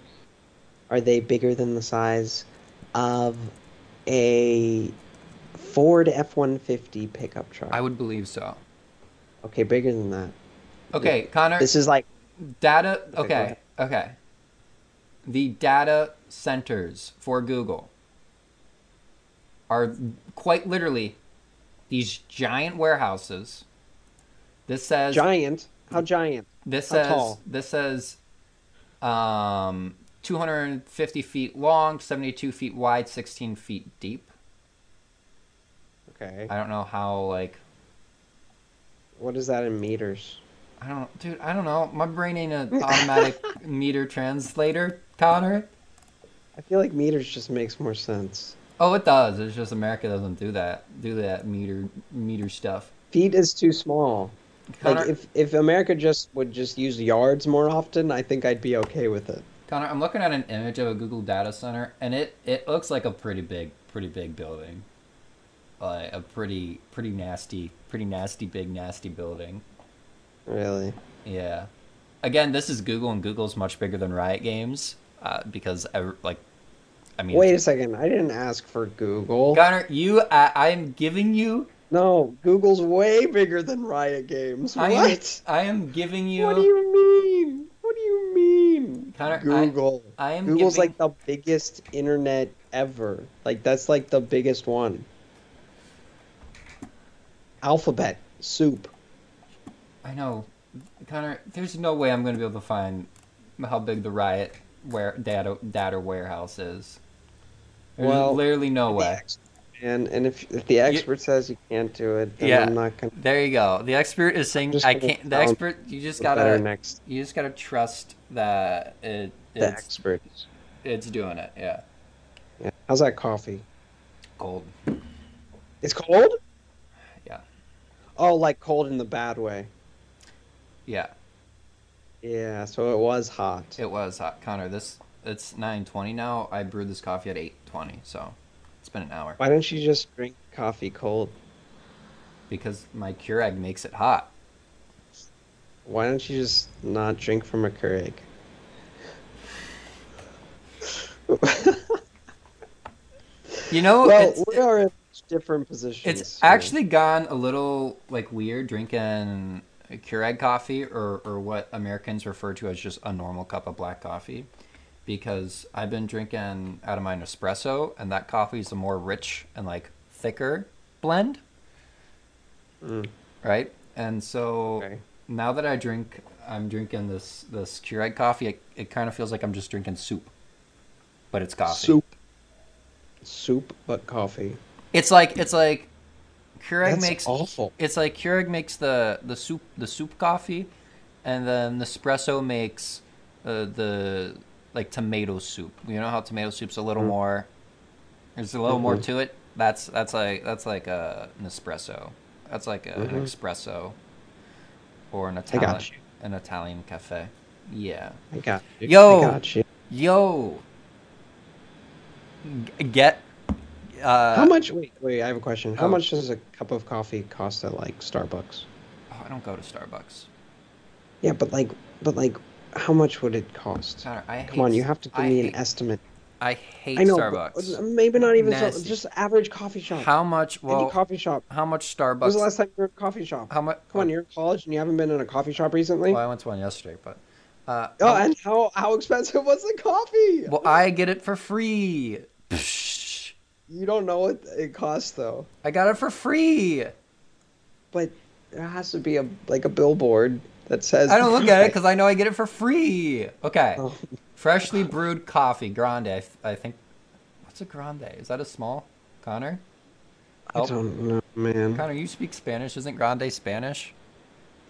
B: Are they bigger than the size of a Ford F one fifty pickup truck?
A: I would believe so.
B: okay, bigger than that.
A: Okay, Connor.
B: This is like
A: data.
B: go
A: Okay,
B: ahead.
A: okay. The data centers for Google are quite literally these giant warehouses This says
B: Giant? How giant?
A: This
B: How
A: says
B: tall?
A: this says um, 250 feet long, 72 feet wide, 16 feet deep.
B: Okay.
A: I don't know how like
B: What is that in meters?
A: I don't dude I don't know. My brain ain't an (laughs) automatic meter translator, Connor.
B: I feel like meters just makes more sense.
A: Oh, it does. It's just America doesn't do that. Do that meter meter stuff.
B: Feet is too small.
A: Connor,
B: Like if if America just would just use yards more often, I think I'd be okay with it.
A: Connor, I'm looking at an image of a Google data center, and it it looks like a pretty big, pretty big building, like a pretty, pretty nasty, pretty nasty, big, nasty building.
B: Really.
A: Yeah. Again, this is Google, and Google's much bigger than Riot Games, uh, because I, like, I mean,
B: Wait a second. I didn't ask for Google.
A: Connor, you, I, I'm giving you,
B: No, Google's way bigger than Riot Games.
A: I am,
B: what?
A: I am giving you,
B: What do you mean? What do you mean?
A: Connor, I-
B: Google.
A: I am
B: Google's
A: giving,
B: like the biggest internet ever. Like that's like the biggest one. Alphabet soup.
A: I know, Connor. There's no way I'm going to be able to find how big the Riot where data data warehouse is. There's
B: Well,
A: literally no
B: The
A: way.
B: ex- And and if if the expert says you can't do it, then
A: Yeah.
B: I'm not gonna
A: There you go. The expert is saying
B: Just
A: I
B: gonna
A: can't. The
B: sound
A: expert, you just
B: get better
A: gotta,
B: next.
A: you just gotta trust that it,
B: The
A: it's
B: experts.
A: it's doing it. Yeah.
B: Yeah. How's that coffee?
A: Cold.
B: It's cold?
A: Yeah.
B: Oh, like cold in the bad way.
A: Yeah.
B: Yeah, so it was hot.
A: It was hot, Connor. This it's nine twenty now. I brewed this coffee at eight twenty, so it's been an hour
B: Why don't you just drink coffee cold?
A: because my Keurig makes it hot.
B: Why don't you just not drink from a Keurig?
A: You know,
B: well,
A: it's,
B: we are in different positions.
A: It's
B: here.
A: actually gone a little like weird drinking Keurig coffee or or what Americans refer to as just a normal cup of black coffee because I've been drinking out of my Nespresso and that coffee is a more rich and like thicker blend,
B: Mm,
A: right? And so
B: okay.
A: now that I drink I'm drinking this this Keurig coffee, it, it kind of feels like I'm just drinking soup. But it's coffee.
B: Soup. Soup, but coffee.
A: It's like it's like Keurig
B: That's
A: makes
B: awful.
A: It's like Keurig makes the, the soup the soup coffee, and then Nespresso makes uh, the like tomato soup. You know how tomato soup's a little
B: Mm.
A: more. There's a little more
B: Mhm.
A: to it. That's that's like that's like a Nespresso. That's like a, an
B: Mhm.
A: espresso, or an
B: I
A: Italian
B: got you.
A: an Italian cafe. Yeah.
B: I got you.
A: Yo!
B: I got you.
A: Yo. G- get. Uh,
B: How much? Wait, wait. I have a question. How
A: oh.
B: much does a cup of coffee cost at like Starbucks?
A: oh, I don't go to Starbucks.
B: Yeah, but like, but like, how much would it cost?
A: Connor, I
B: Come
A: hate
B: on, you
A: s-
B: have to give
A: Uh, I
B: me
A: hate-
B: an estimate.
A: I hate
B: I know. but-
A: Starbucks.
B: Maybe not even so,
A: Nasty.
B: just average coffee shop.
A: How much? Well,
B: Any coffee shop.
A: how much
B: When was
A: Starbucks?
B: the last time you were in a coffee shop?
A: how much?
B: Come on, you're in college and you haven't been in a coffee shop recently.
A: Well, I went to one yesterday, but. Uh,
B: Oh,
A: how-
B: and how how expensive was the coffee?
A: well, I get it for free. Psh,
B: You don't know what it costs though.
A: I got it for free.
B: But there has to be a like a billboard that says.
A: I don't look at it because I know I get it for free. Okay,
B: (laughs) Oh,
A: freshly brewed coffee, grande. I, th- I think. What's a grande? Is that a small? Connor.
B: I don't know, man.
A: Connor, you speak Spanish. Isn't grande Spanish?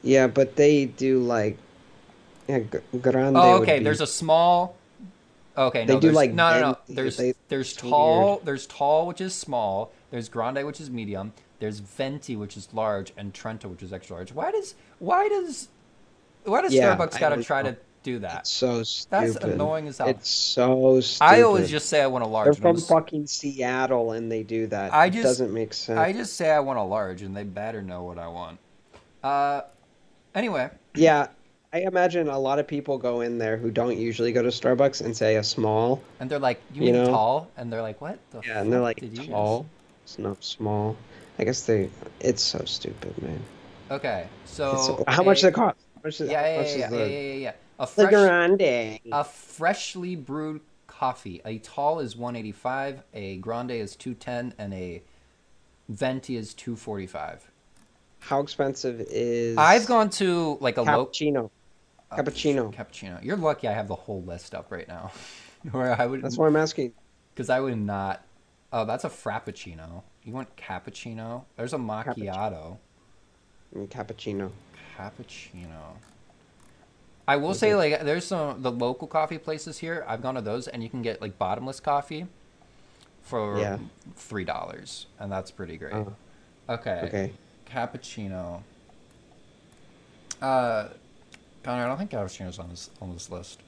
B: Yeah, but they do like, yeah, gr- grande.
A: Oh,
B: would
A: okay.
B: be-
A: There's a small. Okay, no,
B: They do,
A: there's,
B: like,
A: no, no, no.
B: venti,
A: There's
B: they-
A: there's
B: it's
A: tall, there's tall, which is small. There's grande, which is medium. There's venti, which is large, and trento, which is extra large. Why does why does why does
B: Yeah,
A: Starbucks
B: I
A: gotta
B: don't
A: try
B: know.
A: to do
B: It's
A: that?
B: so stupid.
A: That's annoying as hell.
B: It's so stupid.
A: I always just say I want a large.
B: They're
A: and I'm
B: from
A: s-
B: fucking Seattle and they do that.
A: I
B: It
A: just-
B: doesn't make sense.
A: I just say I want a large, and they better know what I want. Uh, anyway,
B: Yeah, I imagine a lot of people go in there who don't usually go to Starbucks and say a small.
A: and they're like, "You
B: You
A: mean
B: know?
A: tall?" And they're like, "What the?"
B: Yeah, and they're
A: fuck
B: like
A: did you just-"
B: tall. It's not small. I guess they. It's so stupid, man.
A: Oh, Okay,
B: It's so-
A: so
B: how much
A: a-
B: does it cost? How much is,
A: Yeah,
B: how
A: yeah,
B: much
A: yeah,
B: is
A: yeah, yeah,
B: the,
A: yeah, yeah, yeah. A
B: the
A: fresh,
B: grande?
A: A freshly brewed coffee. A tall is 185, a grande is 210, and a venti is 245.
B: How expensive is
A: I've gone to like a local
B: cappuccino? Cappuccino.
A: Cappuccino. You're lucky I have the whole list up right now. (laughs) Where I would
B: That's why I'm asking.
A: because I would not. Oh, that's a frappuccino. You want cappuccino? There's a macchiato.
B: I mean, Mm, cappuccino.
A: Cappuccino. I will say, like, there's some the local coffee places here. I've gone to those, and you can get like bottomless coffee for
B: Yeah.
A: three dollars, and that's pretty great.
B: Oh.
A: okay.
B: Okay.
A: Cappuccino. Uh, Connor, I don't think cappuccino's on this on this list.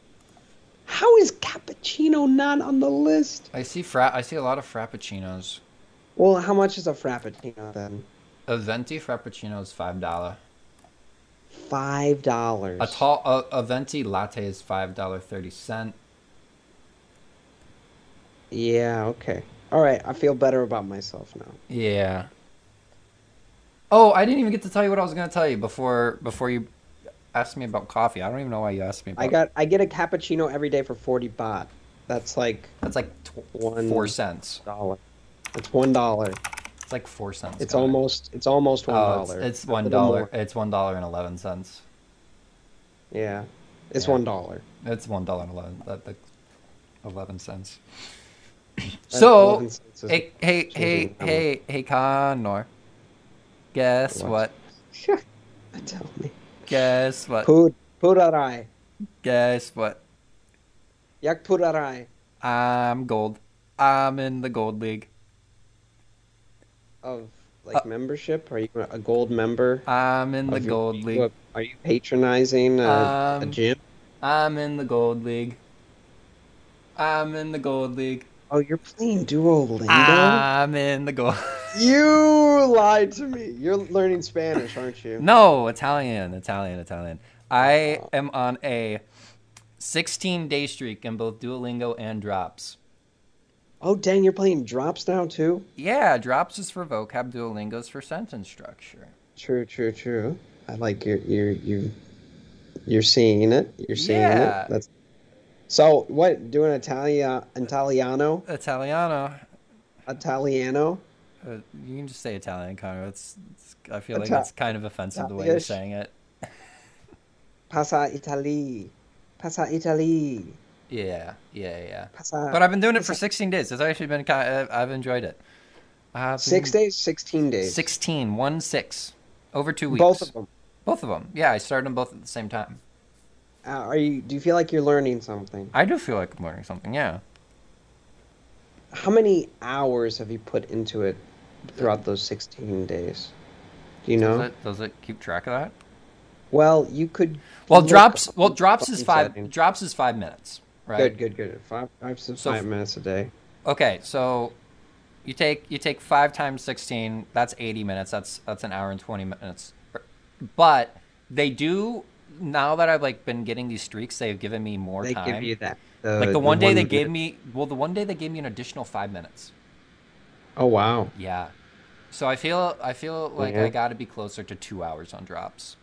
B: How is cappuccino not on the list?
A: I see fra- I see a lot of frappuccinos.
B: Well, how much is a frappuccino then?
A: A venti frappuccino is five dollar.
B: Five dollars.
A: A tall a, a venti latte is five dollar thirty cent.
B: Yeah. Okay. All right. I feel better about myself now.
A: Yeah. Oh, I didn't even get to tell you what I was gonna tell you before before you asked me about coffee. I don't even know why you asked me. About
B: I got. I get a cappuccino every day for forty baht. That's like
A: that's like tw-
B: One-
A: four cents.
B: dollar. It's one dollar.
A: It's like four cents.
B: It's
A: Connor.
B: almost. It's almost one
A: Oh,
B: dollar.
A: it's, it's one
B: A little
A: dollar.
B: more.
A: It's one dollar and eleven cents.
B: Yeah. It's
A: Yeah.
B: one dollar.
A: It's one dollar and eleven. That, that, eleven cents.
B: That's
A: so
B: 11 cents is-
A: Hey, hey, hey,
B: changing that
A: hey, hey, Connor. Guess
B: What?
A: what?
B: (laughs) Tell me.
A: Guess what?
B: Pud Pudarai.
A: Guess what?
B: Yak Pudarai.
A: I'm gold. I'm in the gold league.
B: Of like membership? Are you a a gold member?
A: Uh, I'm in the
B: Of your-
A: gold
B: are you
A: league.
B: a- Are you patronizing a, a
A: Um,
B: gym?
A: I'm in the gold league. I'm in the gold league.
B: Oh, you're playing Duolingo?
A: I'm in the gold. (laughs)
B: You lied to me. You're learning Spanish, aren't you?
A: No, Italian, Italian, Italian. I am on a 16 day streak in both Duolingo and Drops.
B: Oh, dang, you're playing drops now too?
A: Yeah, Drops is for vocab, Duolingo's for sentence structure.
B: True, true, true. I like your your you you're seeing it. You're seeing
A: Yeah.
B: it. That's so what, doing Italia Italiano?
A: Italiano.
B: Italiano?
A: Uh, you can just say Italian, Connor. It's, it's I feel like
B: Ita-
A: that's kind of offensive the way you're
B: Italianish.
A: saying it.
B: Passa Italy. Passa Italy.
A: Yeah, yeah, yeah.
B: Passa
A: But I've been doing it for 16 days. It's actually been kind of, I've enjoyed it. I've
B: six days, sixteen days.
A: 16, one six, over two weeks.
B: Both of them.
A: Both of them. Yeah, I started them both at the same time.
B: Uh, are you do you feel like you're learning something?
A: I do feel like I'm learning something. Yeah,
B: How many hours have you put into it throughout those 16 days? Do you know?
A: does it does it keep track of that?
B: Well, you could.
A: Well,
B: look
A: drops.
B: up
A: Well,
B: the
A: drops is
B: fucking
A: five.
B: setting.
A: Drops is five minutes. Right.
B: Good, good, good. Five, five, to
A: So
B: five
A: f-
B: minutes a day.
A: Okay, so you take you take five times sixteen. That's eighty minutes. That's that's an hour and twenty minutes. But they do now that I've like been getting these streaks. They've given me more
B: They
A: time.
B: give you that.
A: like the one day they gave
B: minute.
A: me. Well, the one day they gave me an additional five minutes.
B: Oh wow.
A: Yeah. So I feel I feel like
B: Yeah.
A: I got to be closer to two hours on drops.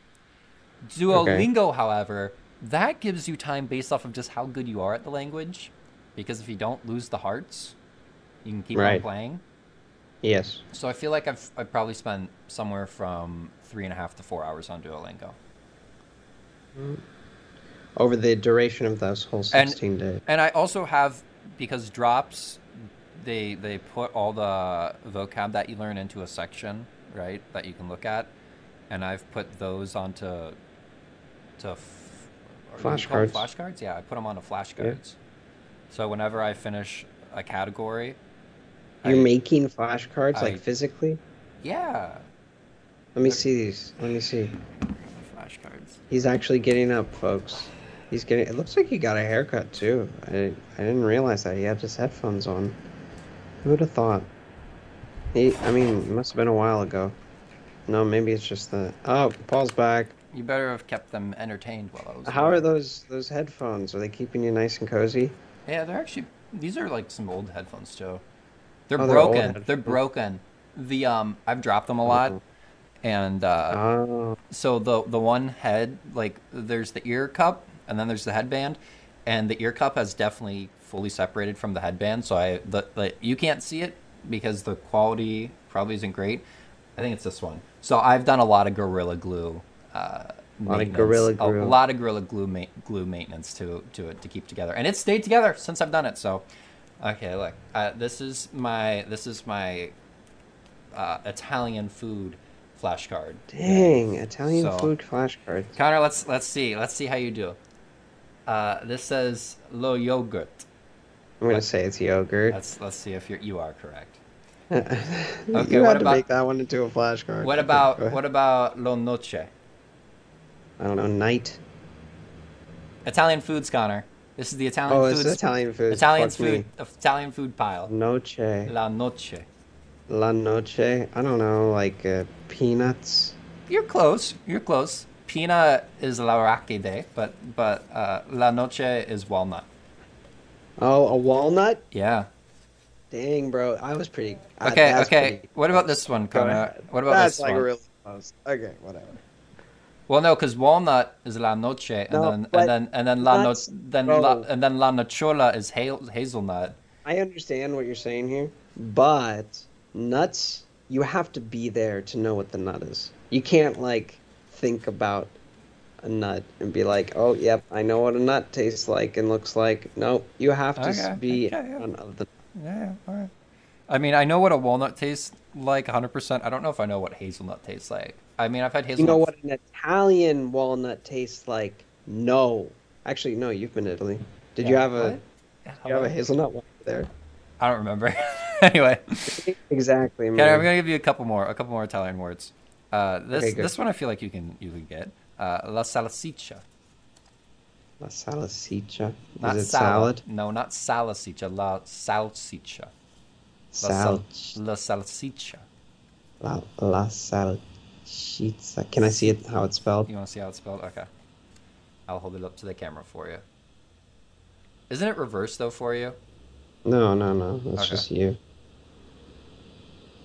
A: Duolingo, however, that gives you time based off of just how good you are at the language, because if you don't lose the hearts, you can keep on
B: Right.
A: playing.
B: Yes.
A: So I feel like I've I probably spent somewhere from three and a half to four hours on Duolingo,
B: Over the duration of those whole
A: And-
B: 16 days.
A: and I also have because drops, they they put all the vocab that you learn into a section right that you can look at, and I've put those onto to f- are they called
B: Flashcards.
A: Flashcards, yeah, I put them onto flashcards. So whenever I finish a category,
B: You're
A: I-
B: making flashcards
A: I-
B: like physically.
A: yeah,
B: Let me see these. Let me see.
A: flashcards.
B: He's actually getting up, folks. He's getting. It looks like he got a haircut too. I I didn't realize that he had his headphones on. Who would have thought? He. I mean, it must have been a while ago. No, maybe it's just the. Oh, Paul's back.
A: You better have kept them entertained while I was.
B: How are
A: away.
B: those those headphones? Are they keeping you nice and cozy?
A: Yeah, they're actually these are like some old headphones too. They're
B: Oh, they're old
A: broken. They're,
B: headphones. Uh-huh.
A: broken. The um I've dropped them a lot. And uh,
B: Oh,
A: so the the one head like there's the ear cup and then there's the headband and the ear cup has definitely fully separated from the headband so I the, the you can't see it because the quality probably isn't great. I think it's this one. So I've done a lot of Gorilla Glue. Uh,
B: A lot of
A: maintenance-
B: Gorilla
A: A
B: Glue.
A: lot of Gorilla Glue, ma- glue maintenance to to it to keep together, and it's stayed together since I've done it. So, okay, look, uh, this is my this is my uh, Italian food flashcard.
B: Dang, Italian
A: So-
B: food flashcards.
A: Connor, let's let's see let's see how you do. Uh, this says lo yogurt.
B: I'm gonna say it's yogurt.
A: Let's let's see if you're, you are correct.
B: (laughs) you
A: okay,
B: had
A: what
B: to
A: about-
B: make that one into a flashcard.
A: What
B: Okay, (laughs)
A: about
B: go ahead.
A: what about lo noche?
B: I don't know. Night.
A: Italian foods, Connor. This is the Italian
B: Oh,
A: foods.
B: it's Italian food.
A: Italian
B: Fuck me. Mm.
A: food. Italian food pile.
B: Noche.
A: La noche.
B: La noche. I don't know. Like uh, peanuts.
A: You're close. You're close. Pina is la racchide, but but uh, la noche is walnut.
B: Oh, a walnut.
A: Yeah.
B: Dang, bro. I was pretty. I-
A: Okay.
B: Ah, that's
A: okay.
B: pretty-
A: What about this one,
B: Go
A: Connor?
B: ahead.
A: What about
B: that's
A: this
B: like
A: one?
B: really close. Okay, whatever.
A: Well, no, because walnut is la noche, and
B: No,
A: then
B: but
A: and then and then la no,
B: nuts-
A: then la,
B: bro.
A: and then la nocciola is hazel, hazelnut.
B: I understand what you're saying here, but nuts. You have to be there to know what the nut is. You can't like think about a nut and be like, "Oh, yep, I know what a nut tastes like and looks like." No, you have to
A: Okay,
B: be
A: okay, yeah.
B: on of the.
A: Yeah. All right. I mean, I know what a walnut tastes like 100%. I don't know if I know what hazelnut tastes like. I mean, I've had hazelnut.
B: You know what an Italian walnut tastes like? No, actually, no. You've been to Italy. Did you
A: Yeah,
B: have a?
A: what?
B: You have a hazelnut one there.
A: I don't remember. (laughs) anyway,
B: Exactly.
A: Connor, I'm
B: man.
A: gonna give you a couple more, a couple more Italian words. Uh, this
B: Okay, good.
A: this one I feel like you can you can get. Uh, la salsiccia,
B: La salsiccia.
A: not
B: Is it
A: salad.
B: salad?
A: No, not salsiccia. La salsiccia. La,
B: Sal.
A: la salsiccia.
B: La, la salsiccia. Can I see it how it's spelled?
A: You want to see how it's spelled? Okay. I'll hold it up to the camera for you. Isn't it reversed though for you?
B: No, no, no. That's
A: Okay.
B: just you.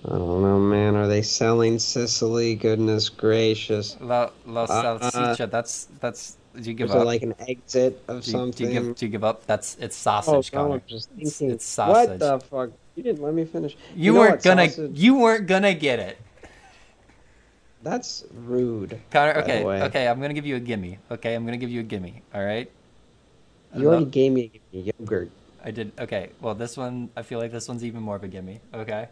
B: I don't know, man. Are they selling Sicily? Goodness gracious.
A: La la
B: Uh,
A: salsiccia. that's that's. Do you give
B: Is
A: up?
B: there like an exit of
A: do, you, do
B: something?
A: you give? Do you give up? That's it's
B: oh,
A: sausage,
B: no,
A: Connor.
B: I'm just
A: It's-
B: thinking.
A: it's sausage.
B: What the fuck? You didn't let me finish.
A: You,
B: know
A: weren't
B: what,
A: gonna.
B: sausage-
A: You weren't gonna get it,
B: That's rude.
A: Connor.
B: by the
A: Okay,
B: way.
A: okay. I'm gonna give you a gimme. Okay, I'm gonna give you a gimme. All right.
B: You already
A: No,
B: gave me yogurt.
A: I did. Okay. Well, this one. I feel like this one's even more of a gimme. Okay.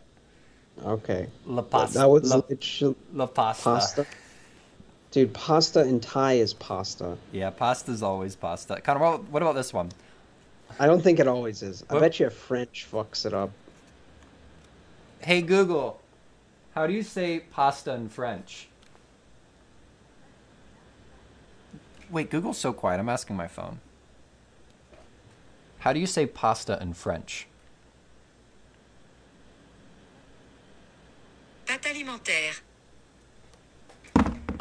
B: Okay.
A: La
B: But
A: pasta.
B: That was
A: la,
B: literally
A: la pasta.
B: pasta. Dude, pasta and Thai is pasta.
A: Yeah, pasta's always pasta. Connor, what, what about this one?
B: I don't think it always is. I
A: Well-
B: bet you a French fucks it up.
A: Hey Google, how do you say pasta in French? Wait, Google's so quiet. I'm asking my phone. How do you say pasta in French?
C: Pâte alimentaire.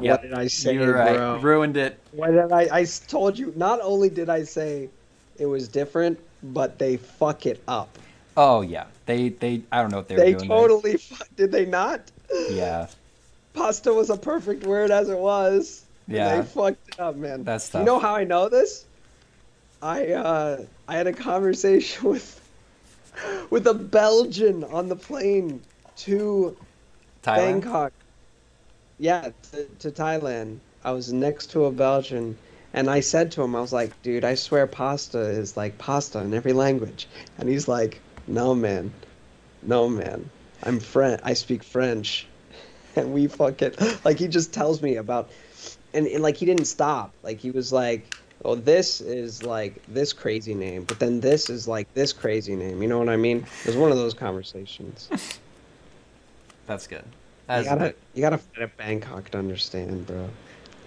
A: Yep,
B: What did I say,
A: You're right.
B: bro?
A: Ruined it.
B: What did I? I s- told you. Not only did I say it was different, but they fuck it up.
A: Oh yeah, they they. I don't know what they,
B: They
A: were doing.
B: totally fu- did. They not.
A: there. Yeah,
B: Pasta was a perfect word as it was. and
A: Yeah.
B: They fucked it up, man.
A: That's
B: You
A: tough.
B: know how I know this? I uh, I had a conversation (laughs) with with a Belgian on the plane to
A: Thailand.
B: Bangkok. Yeah, to, to Thailand. I was next to a Belgian, and I said to him, I was like, dude, I swear pasta is like pasta in every language. And he's like, no, man. No, man. I'm French. I speak French. (laughs) And we fucking, like, he just tells me about, and, and like, he didn't stop. Like, he was like, oh, this is like this crazy name, but then this is like this crazy name. You know what I mean? It was one of those conversations.
A: That's good.
B: You
A: That's
B: gotta,
A: good.
B: you gotta fly to Bangkok to understand, bro.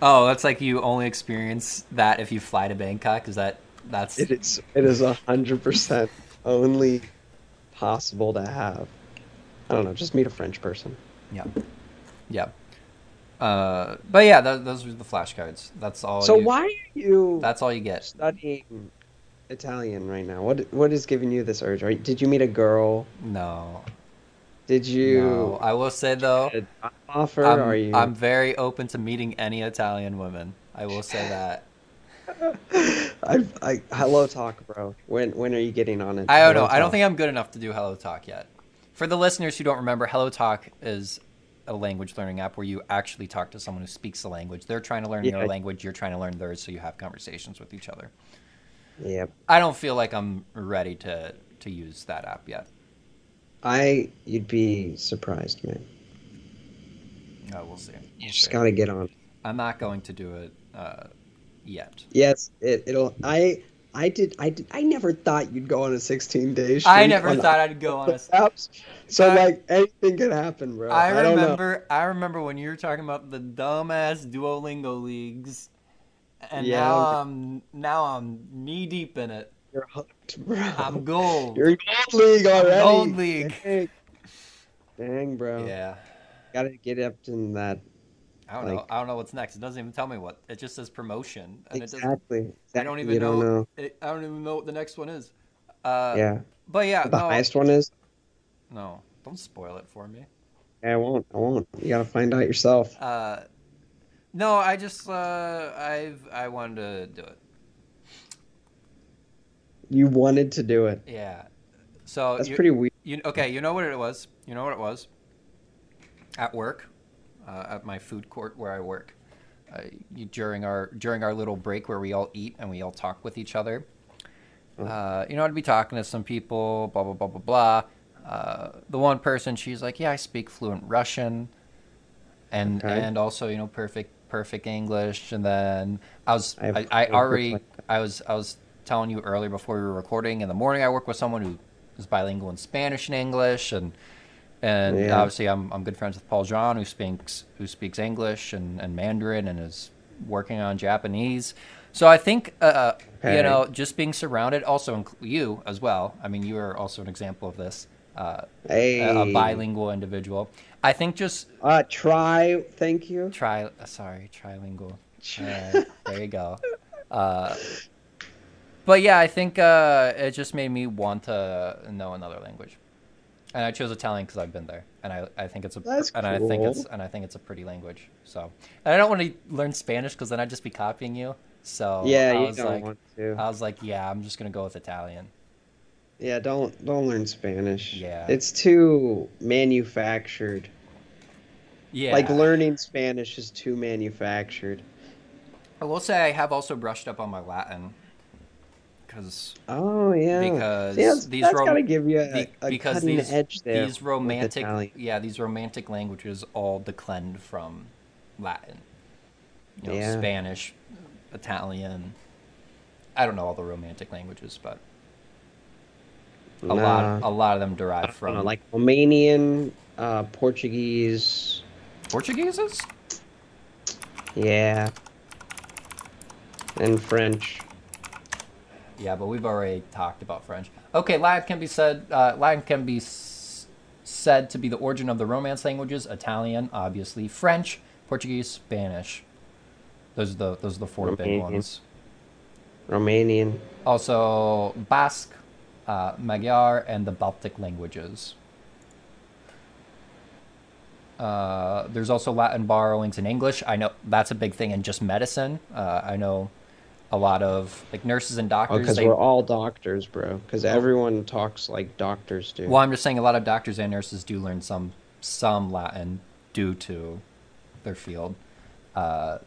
A: Oh, that's like you only experience that if you fly to Bangkok. Is that that's
B: It is, it is a hundred percent only possible to have. I don't know. Just meet a French person.
A: yeah, yeah. Uh, but yeah, tho- those were the flashcards. That's all.
B: so
A: Oh, you-
B: why are you
A: That's all you get.
B: studying Italian right now? What what is giving you this urge? Are, did you meet a girl?
A: No.
B: Did
A: no.
B: you
A: I will say though,
B: get a job offer?
A: I'm,
B: are you? (laughs)
A: I'm very open to meeting any Italian women. I will
B: (laughs)
A: say that.
B: I, I hello talk, bro. When when are you getting on it?
A: I don't know.
B: Hello
A: I don't
B: Talk.
A: think I'm good enough to do Hello Talk yet. For the listeners who don't remember, Hello Talk is a language learning app where you actually talk to someone who speaks the language. They're trying to learn
B: Yeah.
A: your language, you're trying to learn theirs, so you have conversations with each other.
B: Yeah.
A: I don't feel like I'm ready to to use that app yet.
B: I you'd be surprised, man.
A: Uh, we'll see.
B: You
A: We'll
B: just
A: see.
B: gotta get on.
A: I'm not going to do it uh, yet.
B: Yes, it, it'll. I I did I did, I never thought you'd go on a 16 day streak.
A: I never
B: on
A: thought I'd go
B: (laughs)
A: on a
B: apps. So
A: I-
B: like anything could happen, bro.
A: I
B: I, don't know.
A: remember I remember when you were talking about the dumbass Duolingo leagues. And
B: Yeah.
A: now I'm now I'm knee deep in it.
B: You're hooked, bro.
A: I'm gold.
B: You're in gold league already.
A: gold league.
B: Dang, Dang, bro.
A: Yeah.
B: Gotta get up in that.
A: I don't know.
B: Like-
A: I don't know what's next. It doesn't even tell me what. It just says promotion, and it doesn't.
B: Exactly.
A: I don't
B: exactly.
A: even
B: you don't know.
A: It, I don't even know what the next one is. Uh,
B: yeah.
A: But yeah,
B: What the
A: no,
B: highest one is.
A: no. Don't spoil it for me.
B: Yeah, I won't. I won't. You gotta find out yourself.
A: Uh, no, I just uh, I've I wanted to do it.
B: You wanted to do it.
A: Yeah. So
B: That's
A: you,
B: pretty weird.
A: you okay? You know what it was? You know what it was? At work, uh, at my food court where I work, uh, you, during our during our little break where we all eat and we all talk with each other. Uh, you know, I'd be talking to some people, blah blah blah blah blah. Uh, the one person, she's like, "Yeah, I speak fluent Russian, and
B: Okay.
A: and also you know perfect perfect English." And then I was
B: I have
A: I, I
B: coworkers
A: already
B: like
A: I was I was telling you earlier before we were recording in the morning. I work with someone who is bilingual in Spanish and English, and and
B: Yeah.
A: obviously I'm I'm good friends with Paul John who speaks who speaks English and, and Mandarin and is working on Japanese. So I think uh, you
B: Okay.
A: know just being surrounded also inc- you as well. I mean you are also an example of this. Uh,
B: Hey.
A: a- a bilingual individual. I think just
B: Uh, try. Thank you.
A: Tri, uh, sorry, trilingual. Uh, there you go. Uh, but yeah, I think uh, it just made me want to know another language, and I chose Italian because I've been there, and I, I think it's a
B: That's
A: and I think it's
B: cool.
A: and I think it's a pretty language. So, and I don't want to learn Spanish because then I'd just be copying you. So
B: yeah,
A: I
B: you
A: was
B: don't
A: like,
B: want to.
A: I was like, yeah, I'm just gonna go with Italian.
B: yeah, don't don't learn Spanish.
A: Yeah.
B: It's too manufactured.
A: Yeah,
B: Like learning Spanish is too manufactured.
A: I will say I have also brushed up on my Latin because
B: Oh yeah.
A: Because
B: See, that's,
A: these
B: that's
A: Rom-
B: gotta give you a,
A: Be-
B: a
A: because
B: cutting
A: these
B: edge there.
A: these
B: with
A: romantic
B: Italian.
A: yeah these romantic languages all declend from Latin, you know
B: Yeah.
A: Spanish, Italian. I don't know all the romantic languages, but a lot
B: Nah.
A: a lot of them
B: I
A: derive
B: don't
A: from
B: know, like Romanian, uh, Portuguese.
A: Portugueses.
B: Yeah. And French.
A: Yeah, but we've already talked about French. Okay, Latin can be said. Uh, Latin can be s- said to be the origin of the Romance languages: Italian, obviously, French, Portuguese, Spanish. Those are the those are the four big
B: Romanian.
A: ones.
B: Romanian.
A: also Basque, uh, Magyar, and the Baltic languages. Uh, there's also Latin borrowings in English. I know that's a big thing in just medicine. Uh, I know a lot of like nurses and
B: Oh,
A: doctors.
B: because
A: they,
B: we're all doctors, bro.
A: Oh.
B: Because everyone talks like doctors do.
A: well, I'm just saying a lot of doctors and nurses do learn some some Latin due to their field uh,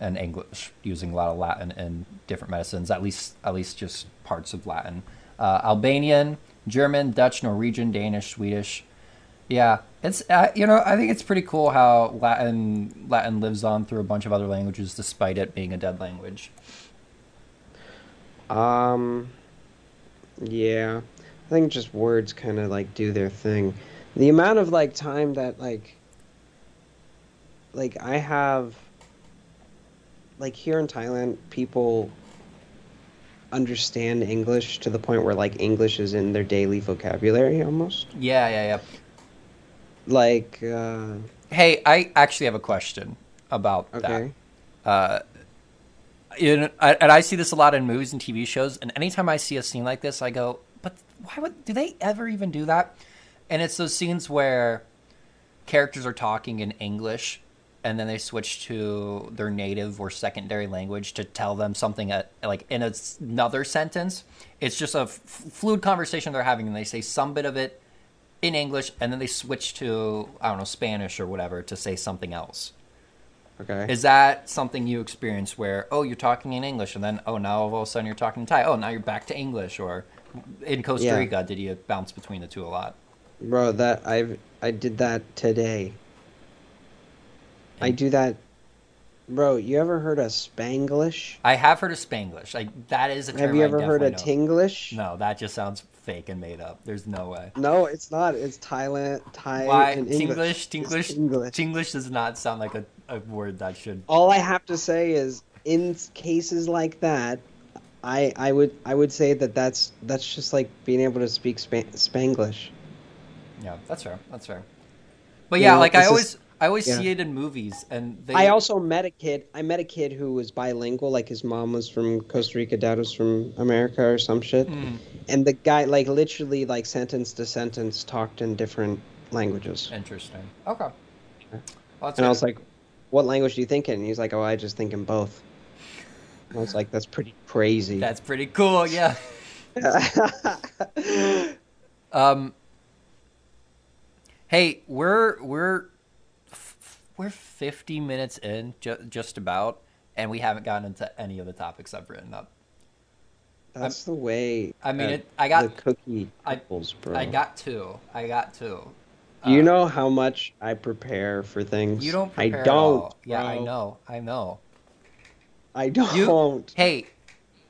A: and English using a lot of Latin in different medicines. At least at least just parts of Latin. Uh, Albanian, German, Dutch, Norwegian, Danish, Swedish. Yeah, it's uh, you know I think it's pretty cool how Latin Latin lives on through a bunch of other languages despite it being a dead language.
B: Um, yeah, I think just words kind of like do their thing. The amount of like time that like, like I have, like here in Thailand, people understand English to the point where like English is in their daily vocabulary almost.
A: Yeah, yeah, yeah.
B: Like, uh,
A: Hey, I actually have a question about that.
B: okay,
A: uh, in, I, and I see this a lot in movies and TV shows. And anytime I see a scene like this, I go, "But why would do they ever even do that?" And it's those scenes where characters are talking in English, and then they switch to their native or secondary language to tell them something at, like in a s- another sentence. It's just a f- fluid conversation they're having, and they say some bit of it in English, and then they switch to I don't know Spanish or whatever to say something else.
B: Okay.
A: Is that something you experience where oh you're talking in English and then oh now all of a sudden you're talking Thai oh now you're back to English or in Costa
B: Yeah.
A: Rica did you bounce between the two a lot?
B: Bro, that I've I did that today. I
A: And-
B: do that. Bro, you ever heard of Spanglish?
A: I have heard of Spanglish. Like that is a term.
B: Have you
A: I
B: ever heard
A: definitely
B: of
A: know.
B: Tinglish?
A: No, that just sounds fake and made up. There's no way.
B: No, it's not. It's Thailand, Thai,
A: Why
B: and English.
A: Tinglish?
B: It's
A: Tinglish?
B: English.
A: Tinglish does not sound like a, a word that should.
B: All I have to say is, in cases like that, I I would I would say that that's that's just like being able to speak Span- Spanglish.
A: Yeah, that's fair. That's fair. But
B: You
A: yeah,
B: know,
A: like
B: it's
A: I
B: just-
A: always, I always
B: yeah.
A: see it in movies, and they.
B: I also met a kid. I met a kid who was bilingual. Like his mom was from Costa Rica, dad was from America, or some shit.
A: Mm.
B: And the guy, like literally, like sentence to sentence, talked in different languages.
A: Interesting. Okay. Well, that's
B: And
A: good.
B: I was like, "What language do you think in?" And he's like, "Oh, I just think in both." And I was like, "That's pretty crazy."
A: that's pretty cool. Yeah.
B: yeah,
A: Um. Hey, we're we're f- f- we're fifty minutes in, ju- just about, and we haven't gotten into any of the topics I've written up.
B: (laughs) that's the way.
A: I mean,
B: uh,
A: it- I got-
B: the cookie
A: I-
B: couples, bro.
A: I got two. I got two.
B: you
A: uh,
B: know how much I prepare for things.
A: You don't
B: I
A: prepare at
B: don't.
A: all. Yeah, I
B: bro.
A: know. I know.
B: I don't.
A: You- Hey,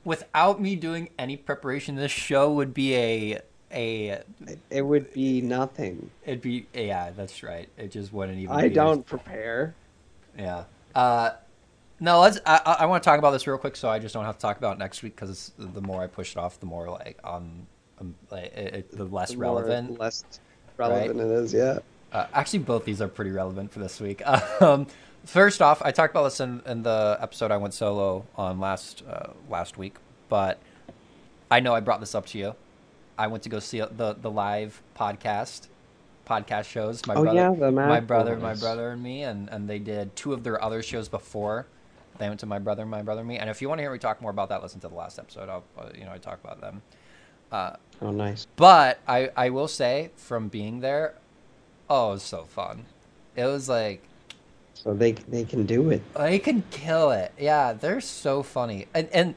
A: without me doing any preparation, this show would be a a.
B: It would be nothing.
A: It'd be yeah. That's right. It just wouldn't even.
B: I
A: be-
B: don't prepare.
A: Yeah. Uh, no, let's. I, I, I want to talk about this real quick, so I just don't have to talk about it next week because the more I push it off, the more like um, um like, it, it, the less
B: The more-
A: relevant.
B: less relevant it is. Yeah.
A: Uh, actually, both these are pretty relevant for this week. (laughs) Um, first off, I talked about this in, in the episode I went solo on last uh, last week, but I know I brought this up to you. I went to go see the the live podcast podcast shows. My
B: Oh,
A: brother,
B: yeah, the
A: my
B: Mad
A: brother, my
B: Boys.
A: brother, and me, and and they did two of their other shows before. They went to my brother, my brother, and me. And if you want to hear me talk more about that, listen to the last episode. I'll uh, you know I talk about them.
B: Oh, nice.
A: But I, I will say from being there, oh, it was so fun. It was like
B: So they they can do it.
A: they can kill it. Yeah, they're so funny. And and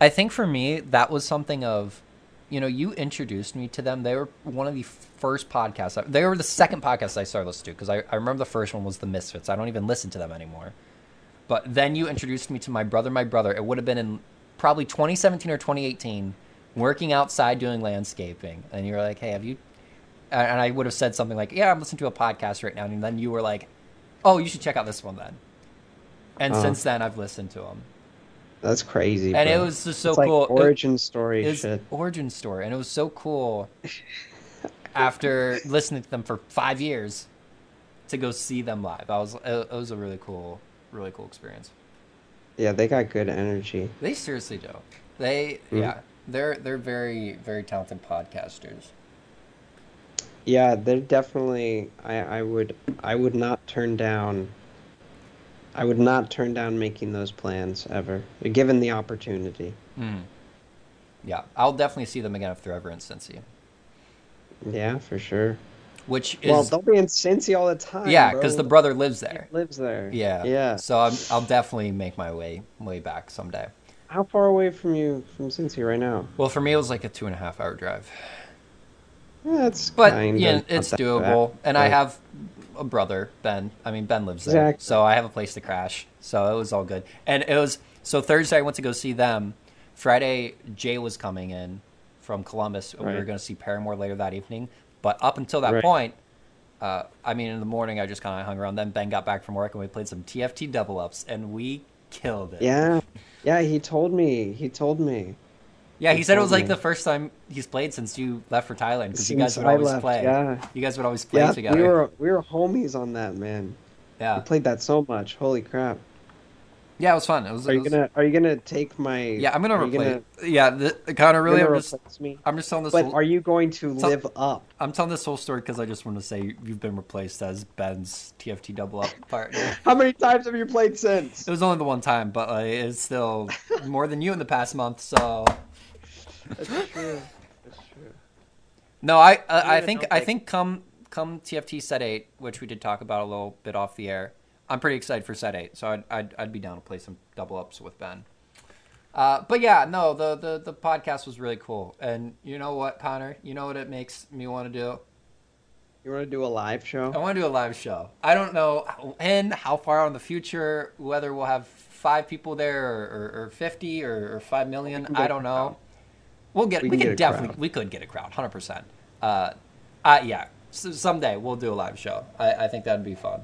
A: I think for me that was something of you know, you introduced me to them. They were one of the first podcasts. I, they were the second podcast I started listening to because I, I remember the first one was The Misfits. I don't even listen to them anymore. But then you introduced me to my brother, my brother. It would have been in probably 2017 or 2018, working outside doing landscaping. And you were like, hey, have you. And and I would have said something like, yeah, I'm listening to a podcast right now. And then you were like, oh, you should check out this one then. And
B: Uh-huh.
A: since then, I've listened to them.
B: That's crazy.
A: And
B: bro.
A: it was just so
B: It's like
A: cool. It-
B: origin story
A: It's
B: shit.
A: origin story, and it was so cool. (laughs) after listening to them for five years, to go see them live, I was it it was a really cool, really cool experience.
B: Yeah, they got good energy.
A: They seriously do. They
B: Mhm.
A: yeah, they're they're very very talented podcasters.
B: Yeah, they're definitely. I I would I would not turn down. I would not turn down making those plans ever, given the opportunity.
A: Yeah, I'll definitely see them again if they're ever in Cincy,
B: Yeah, for sure.
A: which
B: well,
A: is
B: they'll be in Cincy all the time.
A: yeah,
B: bro.
A: because the brother lives there.
B: lives there.
A: Yeah,
B: Yeah.
A: So I'm, I'll definitely make my way way back someday.
B: How far away from you from Cincy right now?
A: Well, for me, it was like a two and a half hour drive.
B: That's
A: But
B: kind
A: yeah,
B: of
A: it's
B: not that
A: doable.
B: bad,
A: and I
B: but-
A: have a brother, Ben. I mean, Ben lives there,
B: Exactly.
A: so I have a place to crash. So it was all good. And it was so Thursday I went to go see them. Friday Jay was coming in from Columbus. and We were
B: Right.
A: going to see Paramore later that evening. But up until that
B: Right.
A: point, uh, I mean, in the morning I just kind of hung around. Then Ben got back from work and we played some TFT double ups, and we killed it.
B: Yeah, yeah. He told me. He told me.
A: Yeah, he
B: He
A: said it was
B: told
A: like
B: me.
A: the first time he's played since you left for Thailand because you
B: Since
A: guys would
B: I
A: always
B: left,
A: play.
B: yeah.
A: You guys would always play
B: Yeah,
A: together.
B: we were we were homies on that man.
A: yeah.
B: I played that so much. Holy crap!
A: Yeah, it was fun. It was.
B: Are
A: it
B: you
A: was-
B: gonna Are you gonna take my?
A: Yeah, I'm gonna
B: are you
A: replace. Yeah, the, Connor,
B: Really,
A: really,
B: gonna
A: I'm
B: replace
A: just,
B: me.
A: I'm just telling this.
B: But
A: whole,
B: are you going to
A: Tell-
B: live up?
A: I'm telling this whole story because I just want to say you've been replaced as Ben's TFT double up
B: (laughs)
A: partner.
B: How many times have you played
A: (laughs)
B: since?
A: it was only the one time, but uh, it's still more than you in the past month. So,
B: That's true. That's true.
A: No, I uh,
B: don't
A: I
B: even
A: think
B: know,
A: I
B: like-
A: think come come TFT set eight, which we did talk about a little bit off the air. I'm pretty excited for set eight, so I'd I'd, I'd be down to play some double ups with Ben. Uh, but yeah, no, the, the the podcast was really cool, and you know what, Connor, you know what it makes me want to do.
B: You want to do a live show?
A: I want to do a live show. I don't know when, how far on the future, whether we'll have five people there or, or, or 50 or, or 5 million.
B: can get
A: I
B: a
A: don't know.
B: crowd.
A: We'll get, we,
B: We
A: could
B: can get a
A: definitely,
B: crowd.
A: we could get a crowd, 100%. Uh, uh, yeah, so someday we'll do a live show. I, I think that'd be fun.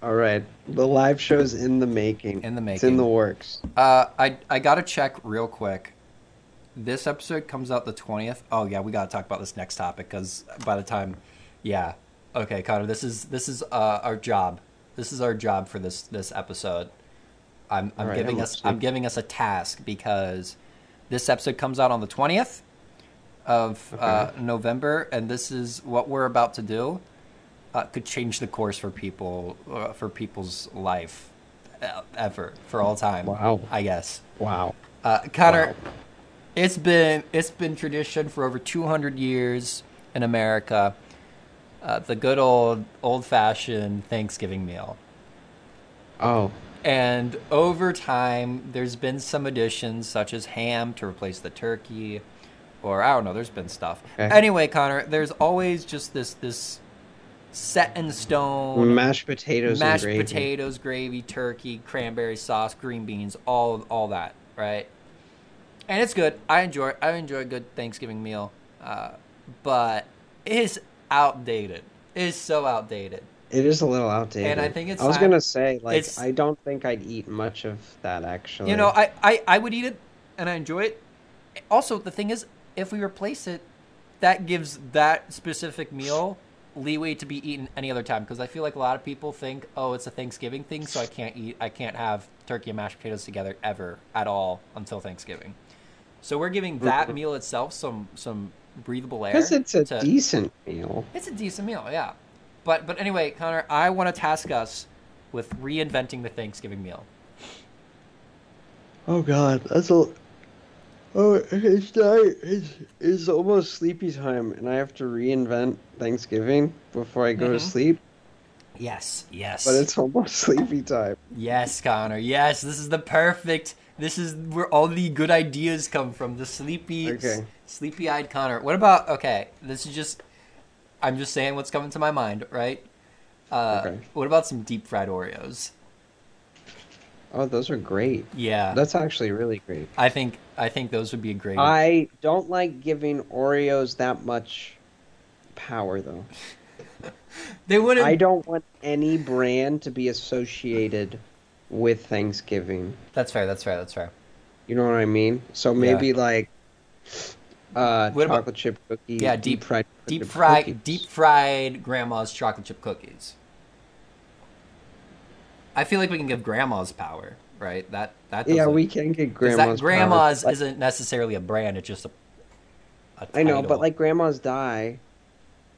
B: All right. The live show's in the making.
A: In the
B: It's in the
A: making.
B: works.
A: Uh, I, I got to check real quick. This episode comes out the 20th. Oh, yeah, we got to talk about this next topic because by the time, yeah. Okay, Connor, this is this is uh, our job. This is our job for this this episode. I'm, I'm
B: All right,
A: giving
B: I'm
A: us
B: listening.
A: I'm giving us a task because this episode comes out on the 20th of uh, November, and this is what we're about to do. Uh, could change the course for people uh, for people's life uh, ever for all time.
B: Wow.
A: I guess.
B: Wow.
A: Uh, Connor, it's been it's been tradition for over 200 years in America. Uh, the good old old fashioned Thanksgiving meal.
B: Oh.
A: And over time, there's been some additions, such as ham to replace the turkey, or I don't know. There's been stuff.
B: Okay.
A: Anyway, Connor, there's always just this this set in stone
B: Mashed potatoes
A: mashed
B: and gravy.
A: potatoes, gravy, turkey, cranberry sauce, green beans, all all that, right? And it's good. I enjoy I enjoy a good Thanksgiving meal, uh, but it's outdated. It's so outdated.
B: It is a little outdated.
A: And I think it's
B: I was
A: time-
B: gonna say, like,
A: it's-
B: I don't think I'd eat much of that actually.
A: You know, I, I, I would eat it and I enjoy it. Also, the thing is, if we replace it, that gives that specific meal leeway to be eaten any other time because I feel like a lot of people think, oh, it's a Thanksgiving thing, so I can't eat, I can't have turkey and mashed potatoes together ever at all until Thanksgiving. So we're giving that meal itself some some breathable air.
B: because it's a
A: to-
B: decent meal.
A: it's a decent meal, yeah. But but anyway, Connor, I want to task us with reinventing the Thanksgiving meal.
B: Oh God, that's a. Oh, it's night. It's it's almost sleepy time, and I have to reinvent Thanksgiving before I go to
A: Mhm.
B: sleep.
A: Yes, yes.
B: But it's almost (laughs) sleepy time.
A: Yes, Connor. Yes, this is the perfect. This is where all the good ideas come from. The sleepy,
B: Okay.
A: sleepy-eyed Connor. What about? Okay, this is just. I'm just saying what's coming to my mind, right? Uh,
B: Okay.
A: What about some deep fried Oreos?
B: Oh, those are great.
A: Yeah,
B: That's actually really great.
A: I think I think those would be a great.
B: I don't like giving Oreos that much power, though.
A: they wouldn't.
B: I don't want any brand to be associated with Thanksgiving.
A: that's fair. That's fair. That's fair.
B: You know what I mean? So maybe like uh,
A: What about-
B: chocolate chip cookie,
A: Yeah, deep-
B: fried,
A: Deep
B: chip cookies.
A: fried, deep fried grandma's chocolate chip cookies. I feel like we can give grandma's power, right? That that.
B: Yeah,
A: doesn't-
B: we can get
A: Because
B: grandma's.
A: that
B: power.
A: grandma's
B: Like,
A: isn't necessarily a brand; it's just a. a
B: I know,
A: title.
B: but like grandma's die.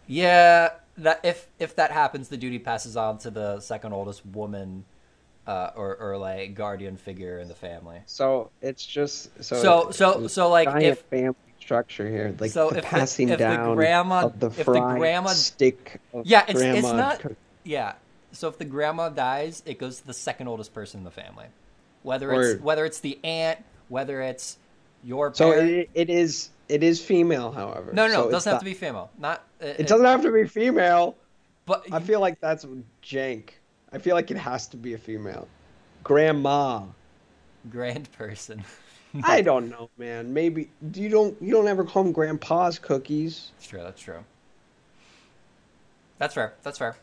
A: yeah, that if if that happens, the duty passes on to the second oldest woman, uh, or or like guardian figure in the family.
B: So it's just so
A: So
B: it's
A: so
B: a
A: so like
B: giant
A: if
B: family structure here, like
A: So
B: the
A: if the-
B: passing
A: if the
B: down
A: grandma-
B: of the
A: if the
B: fried
A: grandma-
B: stick. Of
A: yeah, it's
B: grandma
A: it's not
B: cook-
A: yeah. So if the grandma dies, it goes to the second oldest person in the family, whether it's
B: Word.
A: whether it's the aunt, whether it's your
B: So
A: parent.
B: it, it is it is female, however.
A: no, no, no,
B: So
A: it
B: it's
A: doesn't have
B: not-
A: to be female. Not it,
B: It doesn't have to be female.
A: But
B: I feel like that's jank. I feel like it has to be a female.
A: (laughs)
B: Grandma.
A: (laughs) grand person.
B: I don't know, man. Maybe you don't you don't ever call them grandpa's cookies.
A: That's true. That's true. That's fair. That's fair.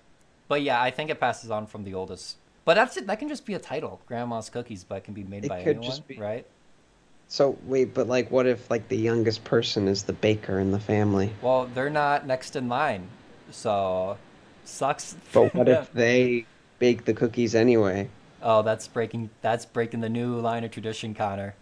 A: But yeah, I think it passes on from the oldest. But that's it. That can just be a title, Grandma's Cookies, but it can be made
B: It
A: by
B: could
A: anyone,
B: just be-
A: right?
B: So wait, but like what if like the youngest person is the baker in the family?
A: Well, they're not next in line, so sucks.
B: But
A: (laughs)
B: what
A: Yeah.
B: if they bake the cookies anyway?
A: Oh, that's breaking. That's breaking the new line of tradition, Connor.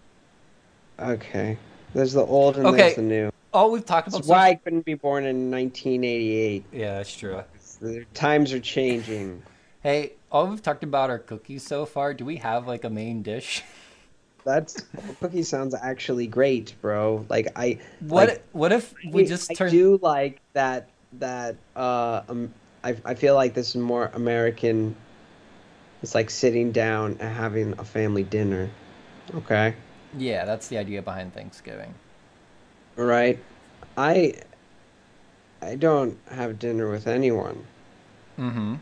B: Okay. There's the old and
A: Okay.
B: there's the new.
A: Oh, we've talked about
B: That's
A: social-
B: why I couldn't be born in 1988.
A: Yeah, that's true.
B: The times are changing.
A: Hey, all we've talked about are cookies so far. Do we have like a main dish? (laughs)
B: That's cookie sounds actually great, bro. Like I
A: What
B: like,
A: what if we
B: I-
A: just
B: I
A: turn
B: do like that that uh um, I I feel like this is more American. It's like sitting down and having a family dinner. Okay.
A: Yeah, that's the idea behind Thanksgiving.
B: Right. I I don't have dinner with anyone.
A: Mm-hmm.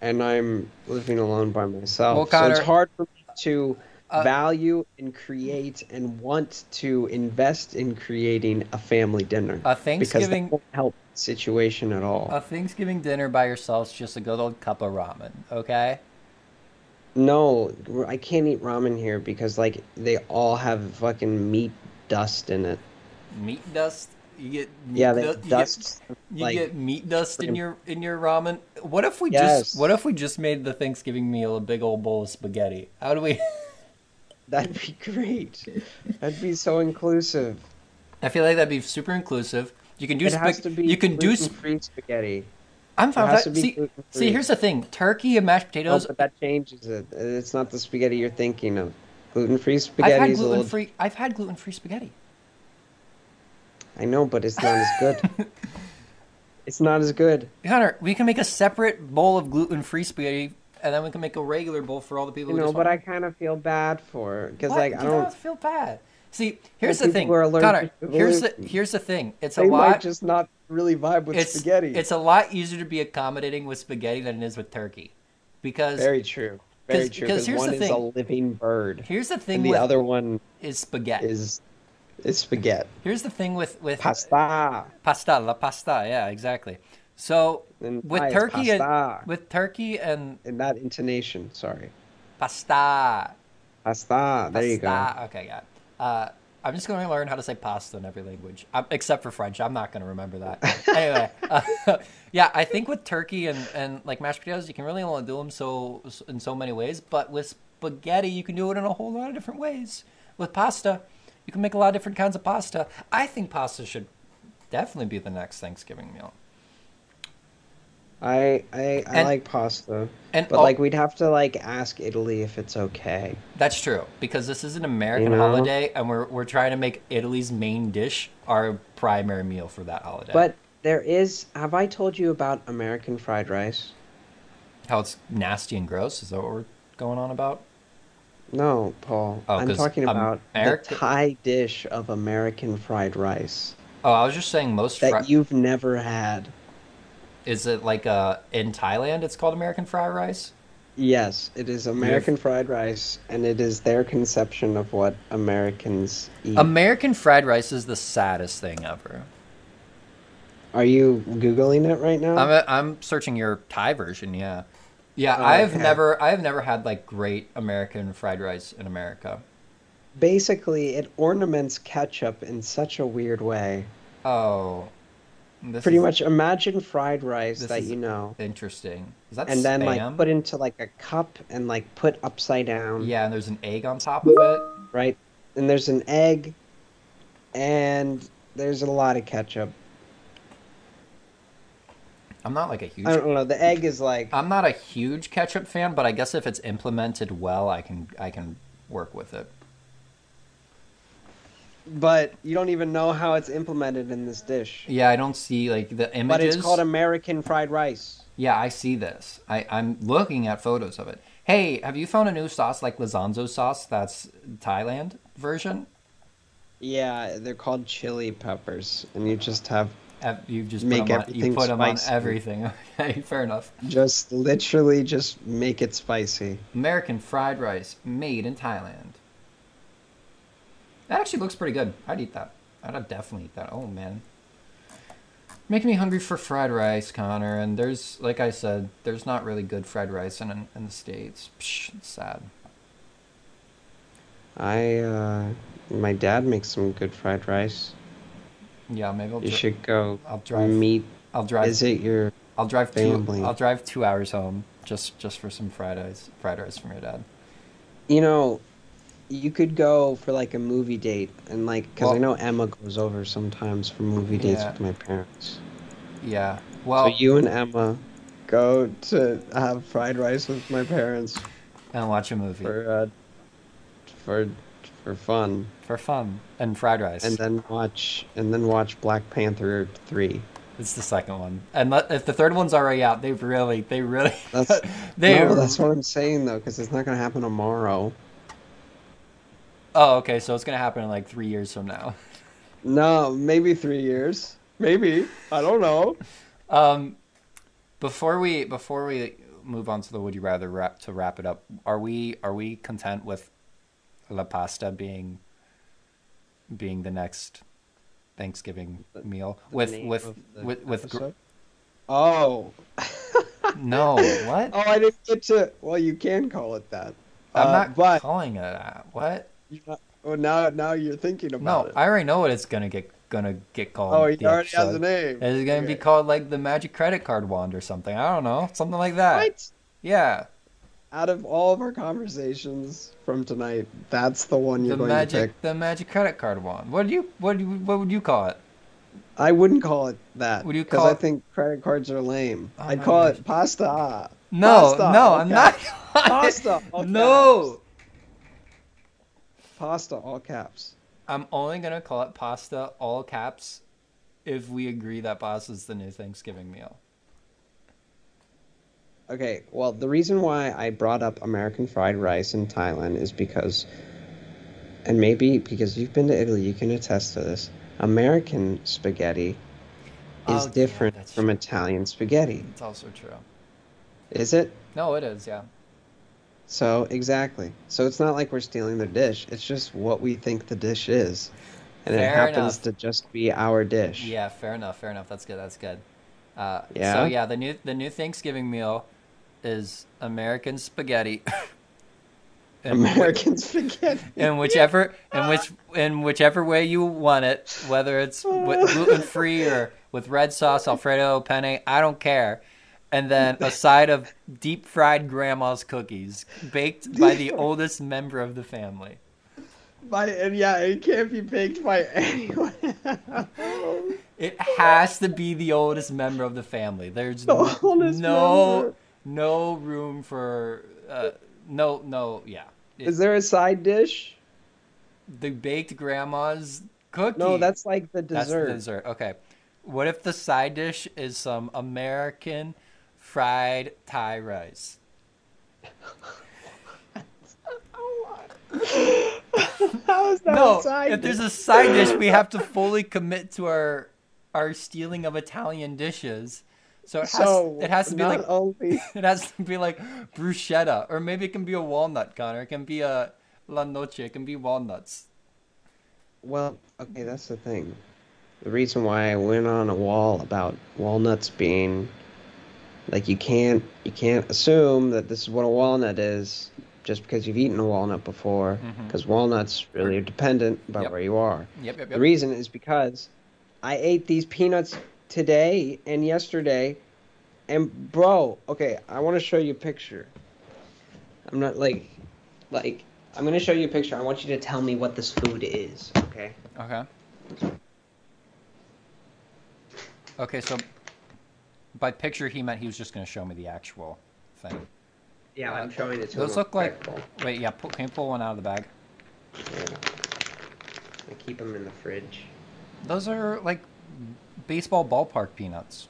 B: and I'm living alone by myself.
A: Well,
B: so
A: Connor-
B: it's hard for me to
A: Uh,
B: value and create and want to invest in creating a family dinner.
A: A
B: because that
A: Uh, Thanksgiving Uh,
B: won't help the situation at all.
A: a Thanksgiving dinner by yourself's just a good old cup of ramen, okay?
B: no, I can't eat ramen here because like they all have fucking meat dust in it.
A: Meat dust. You get meat
B: Yeah,
A: du-
B: they,
A: you get-
B: dust.
A: You
B: like-
A: get meat dust in your in your ramen. What if we
B: Yes.
A: just what if we just made the Thanksgiving meal a big old bowl of spaghetti? How do we? (laughs)
B: That'd be great. That'd be so inclusive.
A: I feel like that'd be super inclusive. You can do
B: it has
A: spag-
B: to be
A: you can do. Sp-
B: free spaghetti.
A: I'm fine.
B: it
A: with that.
B: has to be
A: see,
B: gluten-free.
A: see, here's the thing: turkey and mashed
B: Oh,
A: potatoes.
B: but that changes it. It's not the spaghetti you're thinking of. Gluten free
A: I've
B: spaghetti
A: had
B: is a
A: gluten
B: little.
A: free. I've had gluten free spaghetti.
B: I know, but it's not as
A: (laughs)
B: good. it's not as good.
A: Connor, we can make a separate bowl of gluten free spaghetti, and then we can make a regular bowl for all the people.
B: You
A: who
B: know,
A: just
B: but
A: want-
B: I kind of feel bad for because
A: What?
B: like
A: You
B: I don't.
A: feel bad. See, here's the
B: people
A: thing,
B: who are
A: Connor.
B: allergic to
A: Here's the
B: gluten.
A: here's the thing. It's a
B: They might
A: lot.
B: just not really vibe with
A: it's
B: spaghetti.
A: it's a lot easier to be accommodating with spaghetti than it is with turkey, because
B: very true. Very
A: 'Cause-
B: true.
A: 'cause
B: Because
A: here's
B: one
A: the
B: is a
A: thing.
B: living bird,
A: here's the thing
B: and the
A: with
B: other one
A: is spaghetti.
B: is is spaghetti
A: here's the thing with with
B: pasta.
A: pasta la pasta. Yeah, exactly. So
B: And
A: with
B: pie is
A: turkey
B: pasta.
A: and with turkey and
B: And that intonation, sorry,
A: pasta.
B: pasta. There you go.
A: Pasta. Okay, got. it. Uh, I'm just going to learn how to say pasta in every language, um, except for French. I'm not going to remember
B: (laughs)
A: that. anyway, uh, (laughs) yeah, I think with turkey and, and like mashed potatoes, you can really only do them so in so many ways. But with spaghetti, you can do it in a whole lot of different ways. With pasta, you can make a lot of different kinds of pasta. I think pasta should definitely be the next Thanksgiving meal.
B: I I, I
A: And-
B: like pasta,
A: and
B: but
A: all-
B: like we'd have to like ask Italy if it's okay.
A: That's true because this is an American
B: know?
A: holiday, and we're we're trying to make Italy's main dish our primary meal for that holiday.
B: But there is. Have I told you about American fried rice?
A: How it's nasty and gross? Is that what we're going on about?
B: No, Paul.
A: Oh,
B: I'm
A: 'cause
B: talking about
A: America-
B: the Thai dish of American fried rice
A: Oh, I was just saying most.
B: that
A: Fri-
B: you've never had.
A: is it like uh in Thailand? It's called American fried rice.
B: Yes, it is American fried rice, and it is their conception of what Americans eat.
A: American fried rice is the saddest thing ever.
B: Are you googling it right now?
A: I'm I'm searching your Thai version. Yeah, yeah.
B: Oh,
A: I've
B: okay.
A: never I've never had like great American fried rice in America.
B: Basically, it ornaments ketchup in such a weird way.
A: Oh, this
B: Pretty
A: is
B: much, imagine fried rice
A: this
B: that
A: is-
B: you know,
A: interesting. Is that
B: and then like
A: spam?
B: put into like a cup and like put upside down.
A: yeah, and there's an egg on top of it.
B: right? And there's an egg, and there's a lot of ketchup.
A: I'm not like a huge
B: I don't know. The egg is like
A: I'm not a huge ketchup fan, but I guess if it's implemented well, I can I can work with it.
B: but you don't even know how it's implemented in this dish.
A: Yeah, I don't see like the images.
B: But it's called American fried rice.
A: yeah, I see this. I, I'm looking at photos of it. Hey, have you found a new sauce like Lizanzo sauce? That's Thailand version.
B: Yeah, they're called chili peppers, and you just have
A: Ev- You just
B: Make
A: put 'em on, you
B: everything
A: put 'em on
B: spicy.
A: everything. (laughs) Okay, fair enough.
B: just literally just make it spicy.
A: American fried rice made in Thailand. That actually looks pretty good. I'd eat that. I'd definitely eat that. Oh man. Making me hungry for fried rice, Connor. And there's, like I said, there's not really good fried rice in in the states. Psh, it's sad.
B: I uh, my dad makes some good fried rice.
A: Yeah, maybe I'll,
B: You
A: dri-
B: should go
A: I'll drive-
B: meet.
A: I'll drive.
B: Visit your
A: I'll drive two.
B: family.
A: I'll drive two hours home just just for some fried rice. Fried rice from your dad.
B: You know, you could go for like a movie date and like because I
A: Well-
B: know Emma goes over sometimes for movie dates
A: Yeah.
B: with my parents.
A: Yeah. Well,
B: so you and Emma go to have fried rice with my parents
A: and watch a movie.
B: for uh, for for fun,
A: for fun and fried rice.
B: and then watch and then watch Black Panther three.
A: it's the second one, and le- if the third one's already out, they've really, they really,
B: (laughs) That's
A: (laughs) they.
B: no, that's what I'm saying though, because it's not gonna happen tomorrow.
A: oh, okay, so it's gonna happen in like three years from now. (laughs)
B: No, maybe three years. Maybe I don't know.
A: Um, before we before we move on to the would you rather wrap to wrap it up, are we are we content with La Pasta being being the next Thanksgiving meal with
B: name
A: with
B: of the
A: with, with gr-
B: episode? Oh,
A: (laughs) no
B: (laughs)
A: what
B: oh, I didn't get to. Well, you can call it that.
A: I'm
B: Uh,
A: not
B: but
A: calling it that what
B: you're not- well, now now you're thinking about
A: no
B: it.
A: I already know what it's gonna get gonna get called
B: oh, he
A: the
B: already has a
A: episode.
B: name.
A: it's gonna be
B: Okay.
A: called like the magic credit card wand or something I don't know something like that
B: What?
A: yeah
B: Out of all of our conversations from tonight, that's the one you're
A: the
B: going to
A: magic
B: pick.
A: the magic credit card wand what do you what do you, what would you call it
B: I wouldn't call it that.
A: Would you
B: Because
A: call
B: I
A: it-
B: think credit cards are lame.
A: Oh
B: I'd
A: my
B: call
A: gosh. (laughs)
B: it pasta.
A: No,
B: Pasta,
A: no,
B: all
A: I'm not.
B: caps. (laughs)
A: (laughs)
B: Pasta. all
A: no,
B: caps. Pasta. All caps.
A: I'm only gonna call it pasta all caps if we agree that pasta's the new Thanksgiving meal.
B: Okay, well, the reason why I brought up American fried rice in Thailand is because, and maybe because you've been to Italy, you can attest to this. American spaghetti is
A: Oh, yeah,
B: different
A: that's
B: from
A: true.
B: Italian spaghetti,
A: It's also true.
B: is it?
A: No, it is. Yeah,
B: So, exactly. So, it's not like we're stealing their dish, it's just what we think the dish is. And
A: Fair
B: it happens
A: enough.
B: to just be our dish.
A: yeah. Fair enough. Fair enough. That's good. That's good. Uh,
B: Yeah?
A: So yeah, the new the new Thanksgiving meal is American spaghetti. (laughs) And wh-
B: (laughs) American spaghetti. (laughs)
A: in whichever in which in whichever way you want it, whether it's
B: (laughs)
A: gluten free or with red sauce, Alfredo, penne, I don't care. And then a side of deep fried grandma's cookies, baked by
B: (laughs)
A: the oldest member of the family.
B: By, and yeah, it can't be baked by (laughs)
A: (laughs)
B: anyone.
A: It has to be the oldest member of the family. There's
B: The oldest
A: no
B: member.
A: no room for uh, no no yeah. It-
B: is there a side dish?
A: the baked grandma's cookie.
B: No, that's like the
A: That's the
B: dessert.
A: dessert. Okay. What if the side dish is some American fried Thai rice?
B: (laughs) How is that
A: no,
B: a side
A: if there's
B: dish?
A: a side dish, we have
B: (laughs)
A: to fully commit to our our stealing of Italian dishes. So it has,
B: so
A: it has to be
B: not
A: like
B: only
A: (laughs) it has to be like bruschetta, or maybe it can be a walnut, Connor. It can be a la noche. It can be walnuts.
B: well, okay, that's the thing. The reason why I went on a wall about walnuts being like you can't you can't assume that this is what a walnut is just because you've eaten a walnut before
A: Mhm.
B: because walnuts really are dependent about
A: Yep.
B: where you are.
A: Yep, yep,
B: The
A: yep.
B: reason is because I ate these peanuts today and yesterday. And bro, okay, I want to show you a picture. I'm not like like I'm going to show you a picture. I want you to tell me what this food is, okay?
A: Okay. Okay, so by picture he meant he was just going to show me the actual thing.
B: Yeah, I'm showing it to
A: Those
B: him.
A: look like-
B: Careful.
A: Wait, yeah, pull, can you pull one out of the bag?
B: Yeah. I keep them in the fridge.
A: Those are like baseball ballpark peanuts.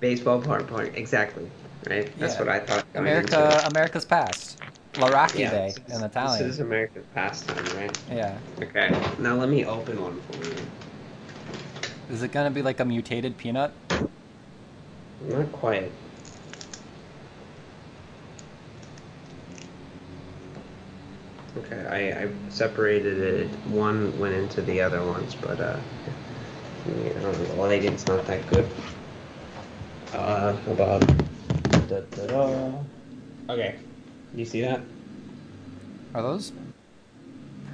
B: Baseball part part exactly, right? That's
A: Yeah.
B: what I thought. going into
A: America,
B: it.
A: America's past. Laracchive
B: Yeah, this is-
A: in Italian.
B: This is America's pastime, right?
A: Yeah.
B: Okay. Now let me open one for you.
A: Is it going to be like a mutated peanut?
B: Not quite. Okay, I, I separated it. One went into the other ones, but uh, yeah, I don't know, the lighting's not that good. Uh, about. Da, da, da. Okay, you see that?
A: Are those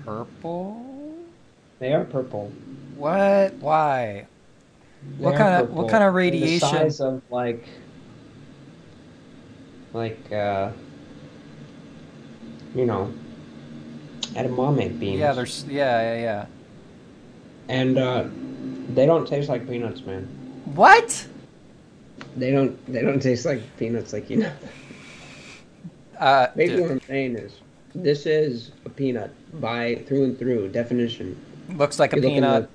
A: purple?
B: They are purple.
A: What? Why?
B: They
A: What
B: are
A: kind of
B: purple.
A: what kind of
B: They're
A: radiation?
B: The size of like, like uh, you know, edamame beans.
A: Yeah, there's yeah, yeah, yeah.
B: And uh, they don't taste like peanuts, man.
A: What?
B: They don't.
A: (laughs)
B: They don't taste like peanuts, like you know.
A: Uh,
B: Maybe
A: dude.
B: what I'm saying is, This is a peanut by through and through definition.
A: Looks like a
B: You're looking
A: peanut.
B: at-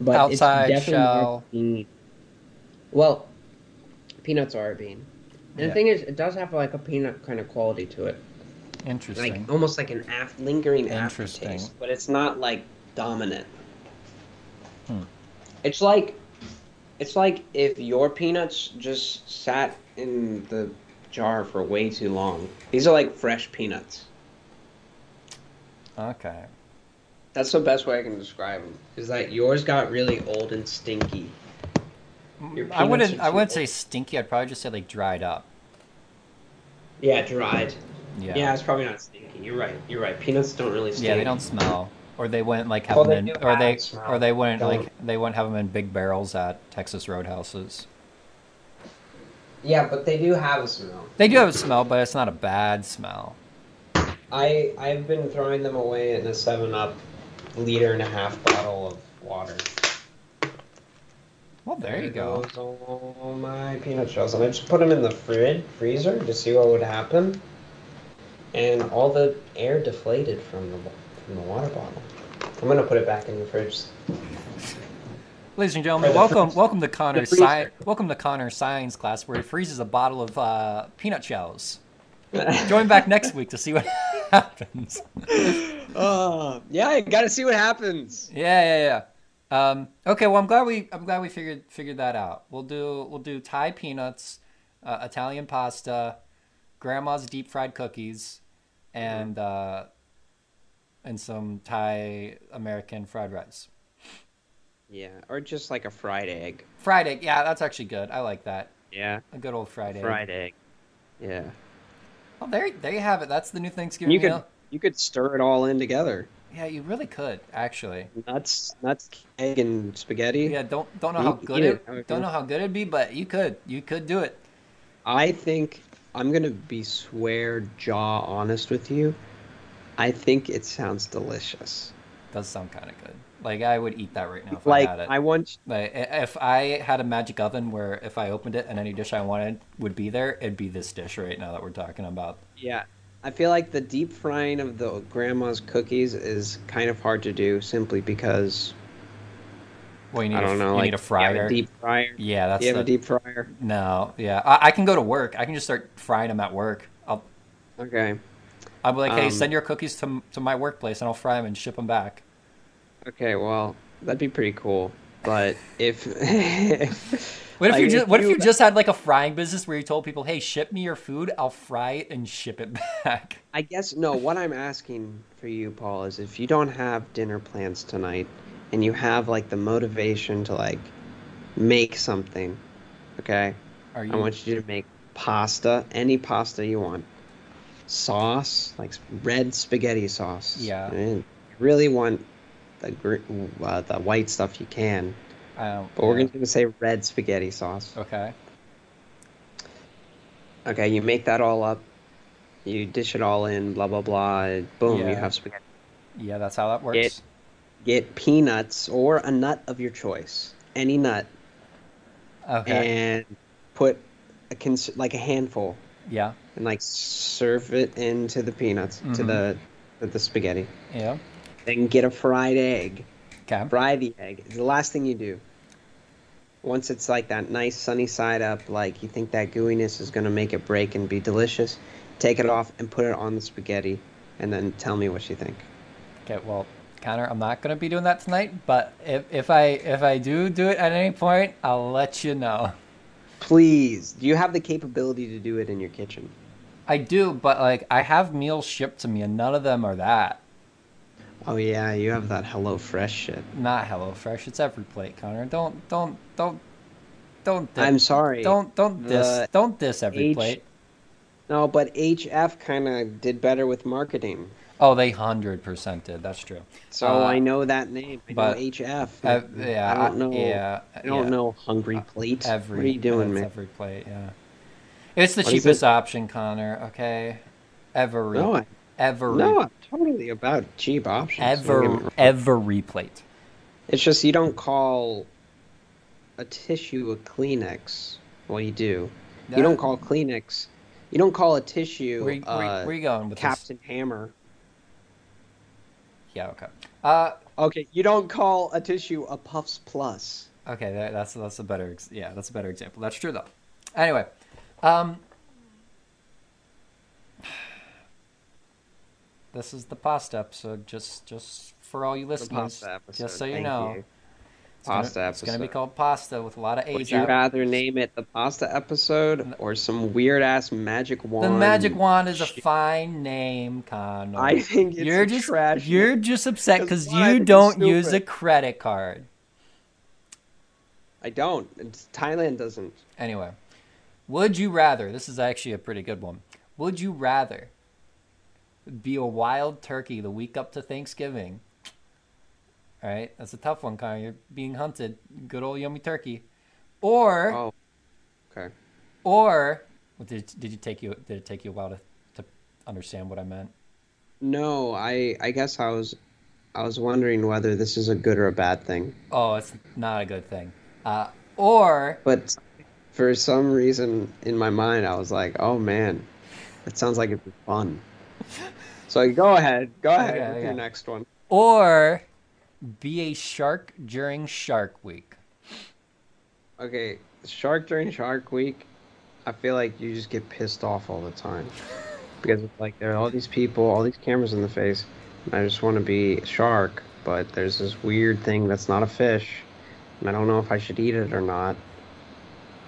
B: but it's
A: Outside
B: definitely
A: shell.
B: a bean. Well, peanuts are a bean. And
A: Yeah.
B: the thing is, it does have like a peanut kind of quality to it,
A: Interesting.
B: like almost like an af- lingering
A: Interesting.
B: aftertaste, but it's not like dominant.
A: Hmm.
B: It's like, it's like if your peanuts just sat in the jar for way too long. These are like fresh peanuts.
A: Okay.
B: That's the best way I can describe them. Is that yours got really old and stinky? Your
A: I wouldn't.
B: peanuts are
A: I
B: too
A: wouldn't say
B: old.
A: stinky. I'd probably just say like dried up.
B: Yeah, dried.
A: Yeah.
B: Yeah. it's probably not stinky. You're right. You're right. Peanuts don't really stink.
A: Yeah, they don't smell, or they wouldn't like have
B: Well,
A: them
B: they
A: in,
B: do
A: or
B: have
A: they,
B: a smell.
A: or they wouldn't like
B: Don't.
A: they wouldn't have them in big barrels at Texas roadhouses.
B: Yeah, but they do have a smell.
A: They do have a smell, but it's not a bad smell.
B: I I've been throwing them away in a Seven Up liter and a half bottle of water.
A: Well, there you go.
B: goes All my peanut shells, and I just put them in the fridge freezer to see what would happen. And all the air deflated from the from the water bottle. I'm gonna put it back in the fridge.
A: Ladies and gentlemen,
B: Or the
A: welcome,
B: freeze-
A: welcome to Connor's
B: freezer.
A: sci- welcome to Connor's science class where he freezes a bottle of uh, peanut
B: (laughs)
A: shells. Join back next week to see what (laughs) happens.
B: Uh, yeah, you gotta see what happens.
A: Yeah, yeah, yeah. Um, okay, well, I'm glad we I'm glad we figured figured that out. We'll do we'll do Thai peanuts, uh, Italian pasta, grandma's deep fried cookies, and uh, and some Thai American fried rice.
B: Yeah, or just like a fried egg.
A: Fried egg, yeah, that's actually good. I like that.
B: Yeah,
A: A good old fried egg.
B: fried egg. Yeah,
A: Oh, there there you have it. That's the new Thanksgiving
B: you could
A: meal.
B: you could stir it all in together.
A: Yeah, you really could actually.
B: Nuts, nuts, egg, and spaghetti.
A: Yeah, don't don't know how
B: Eat-
A: good
B: eat
A: it,
B: it. I would
A: don't
B: do-
A: know how good it'd be, but you could you could do it.
B: I think I'm gonna be swear jaw honest with you. I think it sounds delicious.
A: Does sound kind of good. Like I would eat that right now if
B: like
A: I had it.
B: I want
A: Like i- if I had a magic oven where if I opened it and any dish I wanted would be there, it'd be this dish right now that we're talking about.
B: Yeah. I feel like the deep frying of the grandma's cookies is kind of hard to do simply because
A: Well, you need
B: I
A: a,
B: don't know,
A: you
B: like
A: need a
B: You have
A: fryer.
B: a deep fryer.
A: yeah, that's
B: you have
A: the,
B: a deep fryer.
A: no. Yeah, I, I can go to work. I can just start frying them at work. I'll
B: Okay.
A: I'll be like, hey,
B: Um,
A: send your cookies to m- to my workplace and I'll fry them and ship them back.
B: Okay, well, that'd be pretty cool. But if (laughs)
A: What if
B: like,
A: you just What if you just had like a frying business where you told people, hey, ship me your food, I'll fry it and ship it (laughs) back.
B: I guess no, what I'm asking for you, Paul, is if you don't have dinner plans tonight and you have like the motivation to like make something, okay?
A: Are you?
B: I want you to make pasta, any pasta you want. Sauce, like s- red spaghetti sauce.
A: Yeah.
B: I mean, you really want the gr- uh, the white stuff you can,
A: I don't-
B: but we're
A: yeah.
B: going to say red spaghetti sauce.
A: Okay.
B: Okay, you make that all up. You dish it all in, blah blah blah. and Boom,
A: Yeah.
B: you have spaghetti.
A: Yeah, that's how that works.
B: It- Get peanuts or a nut of your choice, any nut,
A: okay.
B: and put a cons- like a handful
A: yeah.
B: and like serve it into the peanuts to
A: Mhm.
B: the to the spaghetti.
A: Yeah.
B: Then get a fried egg.
A: Okay.
B: Fry the egg. It's the last thing you do. Once it's like that nice sunny side up, like you think that gooiness is gonna make it break and be delicious, take it off and put it on the spaghetti, and then tell me what you think.
A: Okay, well, Connor, I'm not gonna be doing that tonight, but if, if I if I do do it at any point, I'll let you know.
B: Please, do you have the capability to do it in your kitchen?
A: I do, but like I have meals shipped to me, and none of them are that.
B: Oh yeah, you have that Hello Fresh shit.
A: Not HelloFresh. It's every plate, Connor. Don't don't don't don't. Diss,
B: I'm sorry.
A: Don't don't diss
B: The
A: don't diss every
B: H-
A: plate.
B: No, but HF kind of did better with marketing,
A: Oh, they hundred percent did. That's true.
B: so
A: Uh,
B: I know that name. I
A: but-
B: know HF.
A: Uh, yeah,
B: I don't know.
A: Yeah,
B: I don't
A: yeah.
B: know Hungry Plate.
A: Every
B: what are you doing,
A: it's
B: man?
A: Every plate. Yeah. It's the
B: What is
A: cheapest option, Connor. Okay. Every
B: No, I,
A: every
B: no, I'm totally about cheap options. Don't get me
A: Ever,
B: wrong.
A: every plate.
B: It's just you don't call a tissue a Kleenex. Well, you do.
A: Yeah.
B: You don't call Kleenex You don't call a tissue
A: Where, you- where, you-
B: uh,
A: where you going with this?
B: Captain Hammer.
A: Yeah. Okay. Uh,
B: Okay, you don't call a tissue a Puffs Plus.
A: Okay, that, that's that's a better ex- yeah, that's a better example. That's true though. Anyway, um, (sighs) this is the pasta episode. Just just for all you listeners,
B: pasta episode,
A: just so you
B: thank
A: know,
B: you.
A: It's, gonna,
B: Pasta
A: it's gonna be
B: episode.
A: called pasta with a lot of A's.
B: Would you
A: out.
B: rather name it the pasta episode or some weird ass magic wand?
A: the magic wand is a
B: shit?
A: fine name, Connor.
B: I think it's
A: you're
B: a
A: just
B: trash.
A: you're just upset
B: 'Cause
A: because
B: why? I
A: you
B: think it's
A: don't use a
B: stupid.
A: credit card.
B: I don't. It's, Thailand doesn't.
A: Anyway, would you rather? This is actually a pretty good one. Would you rather be a wild turkey the week up to Thanksgiving? All right, that's a tough one, Connor. You're being hunted. Good old yummy turkey, or
B: Oh, okay.
A: or well, did did you take you did it take you a while to, to understand what I meant?
B: No, I I guess I was I was wondering whether this is a good or a bad thing.
A: Oh, it's not a good thing. Uh, or
B: But for some reason in my mind, I was like, oh man, that sounds like it'd be fun. So go ahead, go ahead
A: Okay,
B: with
A: okay.
B: your next one.
A: or be a shark during Shark Week.
B: Okay, Shark during Shark Week, I feel like you just get pissed off all the time because it's like there are all these people, all these cameras in the face, and I just want to be a shark, but there's this weird thing that's not a fish, and I don't know if I should eat it or not.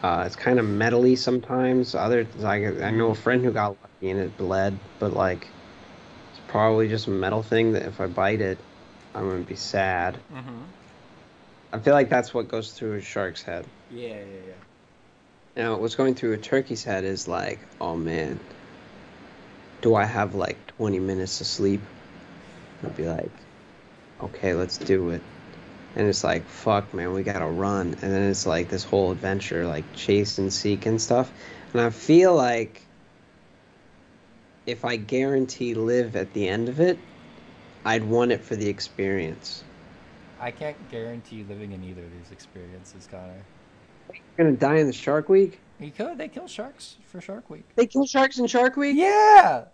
B: Uh, it's kind of metally sometimes. Other, like I know a friend who got lucky and it bled, but like it's probably just a metal thing that if I bite it, I'm gonna be sad.
A: Mm-hmm.
B: I feel like that's what goes through a shark's head.
A: Yeah, yeah, yeah.
B: Now, what's going through a turkey's head is like, oh man, do I have like 20 minutes to sleep? I'd be like, okay, let's do it. And it's like, fuck, man, we gotta run. And then it's like this whole adventure, like chase and seek and stuff. And I feel like if I guarantee live at the end of it, I'd want it for the experience.
A: I can't guarantee living in either of these experiences, Connor.
B: You're gonna die in the shark week?
A: You could. They kill sharks for Shark Week.
B: They kill sharks in shark week?
A: Yeah,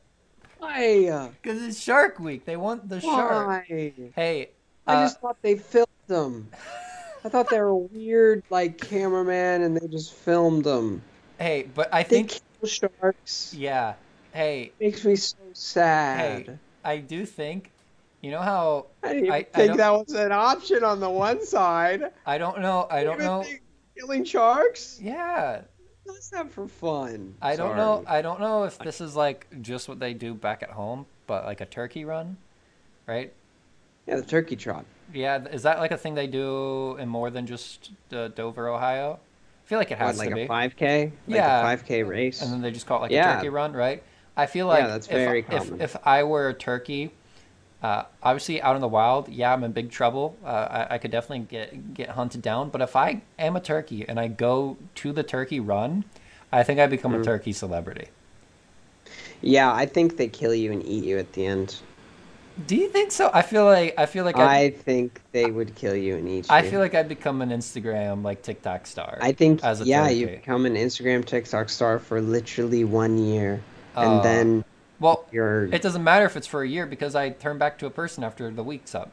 B: Why? uh,
A: because it's Shark Week. They want the shark.
B: Why?
A: Hey,
B: I
A: uh,
B: just thought they filmed them. I thought they were weird, like cameraman, and they just filmed them.
A: hey, but I
B: They
A: think
B: kill sharks.
A: yeah. Hey,
B: Makes me so sad.
A: I do think. You know how
B: I didn't even
A: I- I
B: think
A: don't-
B: that was an option on the one side.
A: I don't know. I don't
B: Even
A: know.
B: think killing sharks.
A: Yeah,
B: That's not for fun.
A: I don't know.
B: Sorry.
A: I don't know if this is like just what they do back at home, but like a turkey run, right?
B: Yeah, the turkey trot.
A: Yeah, th- is that like a thing they do in more than just uh, Dover, Ohio? I feel like it
B: What,
A: has
B: like
A: to be.
B: a 5K? Like
A: Yeah.
B: a 5K race.
A: and then they just call it like a
B: Yeah.
A: turkey run, right? I feel
B: Yeah,
A: like
B: that's
A: if,
B: very
A: if,
B: common.
A: if I were a turkey, uh, obviously out in the wild, yeah, I'm in big trouble. Uh, I, I could definitely get get hunted down. But if I am a turkey and I go to the turkey run, I think I become a
B: Mm.
A: turkey celebrity.
B: Yeah, I think they kill you and eat you at the end.
A: Do you think so? I feel like I feel like
B: I,
A: I
B: think they would kill you and eat you.
A: I feel like I'd become an Instagram like TikTok star.
B: I think
A: as a
B: yeah,
A: turkey.
B: you become an Instagram TikTok star for literally one year,
A: Oh.
B: and then
A: well,
B: you're
A: it doesn't matter if it's for a year because I turn back to a person after the week's up.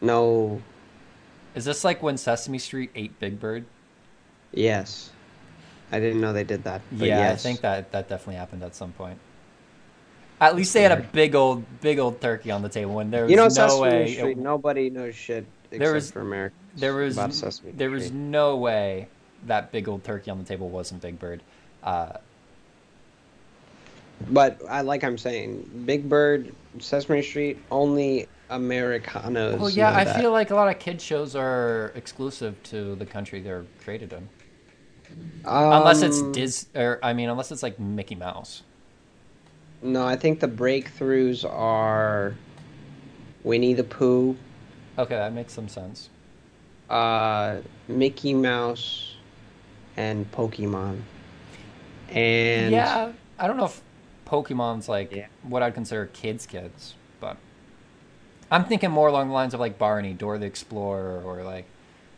B: no
A: Is this like when Sesame Street ate Big Bird?
B: yes. I didn't know they did that. But
A: yeah,
B: yes.
A: I think that that definitely happened at some point. At least they had a
B: weird.
A: big old, big old turkey on the table, and there was
B: you know
A: no
B: Sesame
A: way. it-
B: Street. nobody knows shit except
A: was-
B: for America.
A: there was
B: about Sesame
A: there was
B: Street.
A: no way that big old turkey on the table wasn't Big Bird. Uh,
B: but I like I'm saying Big Bird, Sesame Street, only Americanos.
A: well, yeah,
B: know
A: I
B: that.
A: feel like a lot of kid shows are exclusive to the country they're created in, unless it's
B: Um,
A: Dis or I mean, unless it's like Mickey Mouse.
B: No, I think the breakthroughs are Winnie the Pooh,
A: Okay, that makes some sense.
B: uh, Mickey Mouse, and Pokemon. And
A: yeah, I don't know if Pokemon's like
B: Yeah.
A: what I'd consider kids' kids, but I'm thinking more along the lines of like Barney, Dora the Explorer, or like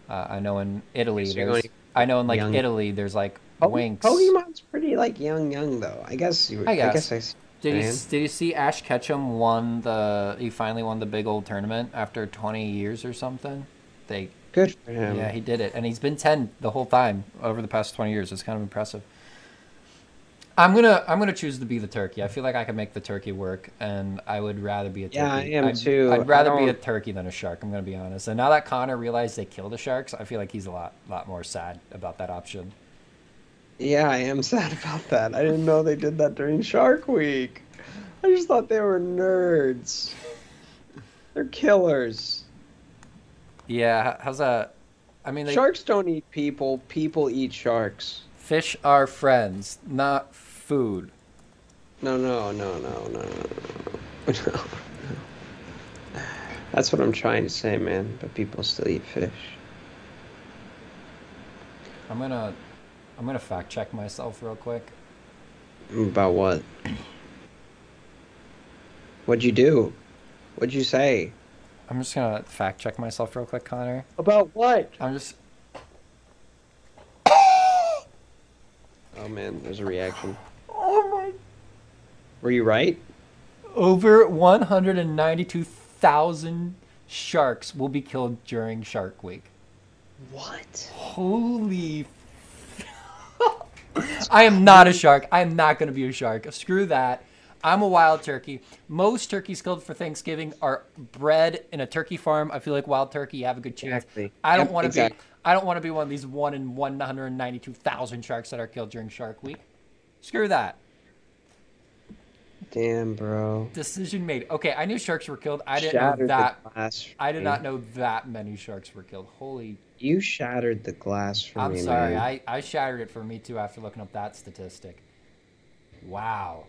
A: uh, I know in Italy
B: So you're
A: there's
B: going
A: I know in like
B: young.
A: Italy there's like
B: Po-
A: winks.
B: Pokemon's pretty like young, young though. I guess you.
A: I
B: I
A: guess.
B: guess. I see.
A: Did you,
B: Man.
A: did you see Ash Ketchum won the? He finally won the big old tournament after 20 years or something. They
B: Good for him.
A: yeah, he did it, and he's been 10 the whole time over the past 20 years. It's kind of impressive. I'm gonna I'm gonna choose to be the turkey. I feel like I can make the turkey work, and I would rather be a turkey.
B: Yeah, I am
A: I'd,
B: too. I
A: I'd rather be a
B: don't-
A: turkey than a shark. I'm gonna be honest. And now that Connor realized they kill the sharks, I feel like he's a lot lot more sad about that option.
B: Yeah, I am (laughs) sad about that. I didn't know they did that during Shark Week. I just thought they were nerds. They're killers.
A: Yeah, how's that? I mean, they,
B: Sharks don't eat people. People eat sharks.
A: fish are friends, not food.
B: No, no, no, no, no, no, no, no. no. That's what I'm trying to say, man. But people still eat fish.
A: I'm gonna I'm gonna fact check myself real quick.
B: About what? What'd you do? What'd you say?
A: I'm just gonna fact check myself real quick, Connor.
B: About what?
A: I'm just
B: Oh man, there's a reaction.
A: oh my
B: Were you right?
A: over 192,000 sharks will be killed during Shark Week.
B: What?
A: Holy (laughs) I am not a shark. I am not going to be a shark. Screw that. I'm a wild turkey. Most turkeys killed for Thanksgiving are bred in a turkey farm. I feel like wild turkey you have a good chance.
B: Exactly.
A: I don't
B: Yep,
A: want to
B: exactly.
A: be. I don't want to be one of these one in one hundred ninety-two thousand sharks that are killed during Shark Week. Screw that.
B: Damn, bro.
A: Decision made. Okay, I knew sharks were killed. I didn't
B: Shattered
A: know that.
B: The glass for
A: I did
B: me.
A: not know that many sharks were killed. Holy,
B: You shattered the glass for
A: I'm
B: me.
A: sorry.
B: man.
A: I, I shattered it for me too after looking up that statistic. Wow.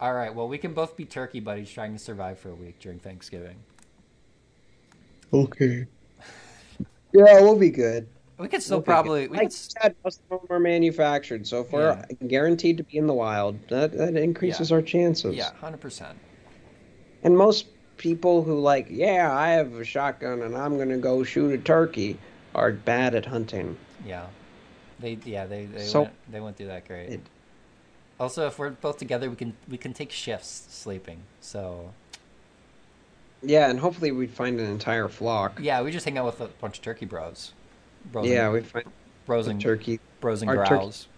A: All right. Well, we can both be turkey buddies trying to survive for a week during Thanksgiving.
B: Okay. (laughs) Yeah, we'll be good.
A: We could still
B: We'll be good.
A: probably. We
B: like
A: could,
B: you
A: s-
B: said, most of them are manufactured, so if we're guaranteed to be in the wild, that, that increases our chances.
A: yeah, hundred percent.
B: And most people who like, yeah, I have a shotgun and I'm gonna go shoot a turkey, are bad at hunting.
A: Yeah. They yeah they they
B: So-
A: went they went through that great.
B: It-
A: also, if we're both together, we can we can take shifts sleeping. So
B: Yeah, and hopefully we'd find an entire flock.
A: yeah, we just hang out with a bunch of turkey bros. Bros
B: Yeah,
A: and,
B: we find
A: bros
B: a
A: and
B: turkey
A: bros and
B: our turkey-
A: growls.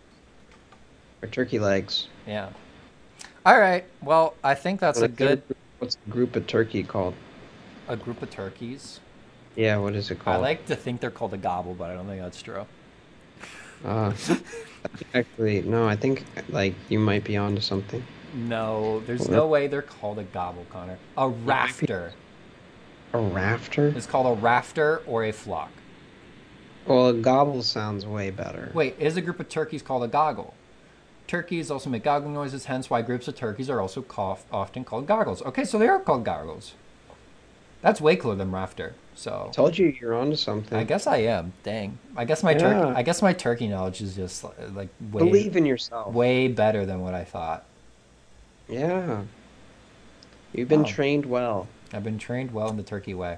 B: or turkey legs.
A: Yeah. All right. Well, I think that's a
B: What's the
A: good
B: group- What's the group of turkey called?
A: a group of turkeys.
B: Yeah, what is it
A: I
B: called?
A: like to think they're called a gobble, but I don't think that's true.
B: Uh,
A: (laughs)
B: actually, no. I think like you might be onto something.
A: No, there's no way they're called a gobble, Connor. A rafter
B: A rafter?
A: is called a rafter or a flock.
B: Well, a gobble sounds way better.
A: Wait, is a group of turkeys called a goggle? Turkeys also make goggle noises, hence why groups of turkeys are also cough, often called goggles. Okay, so they are called goggles. That's way cooler than rafter. So
B: Told you you're onto something.
A: I guess I am. Dang. I guess my turkey.
B: Yeah.
A: I guess my turkey knowledge is just li- like way
B: Believe in yourself.
A: way better than what I thought.
B: Yeah. You've been
A: Wow.
B: trained well.
A: I've been trained well in the turkey way.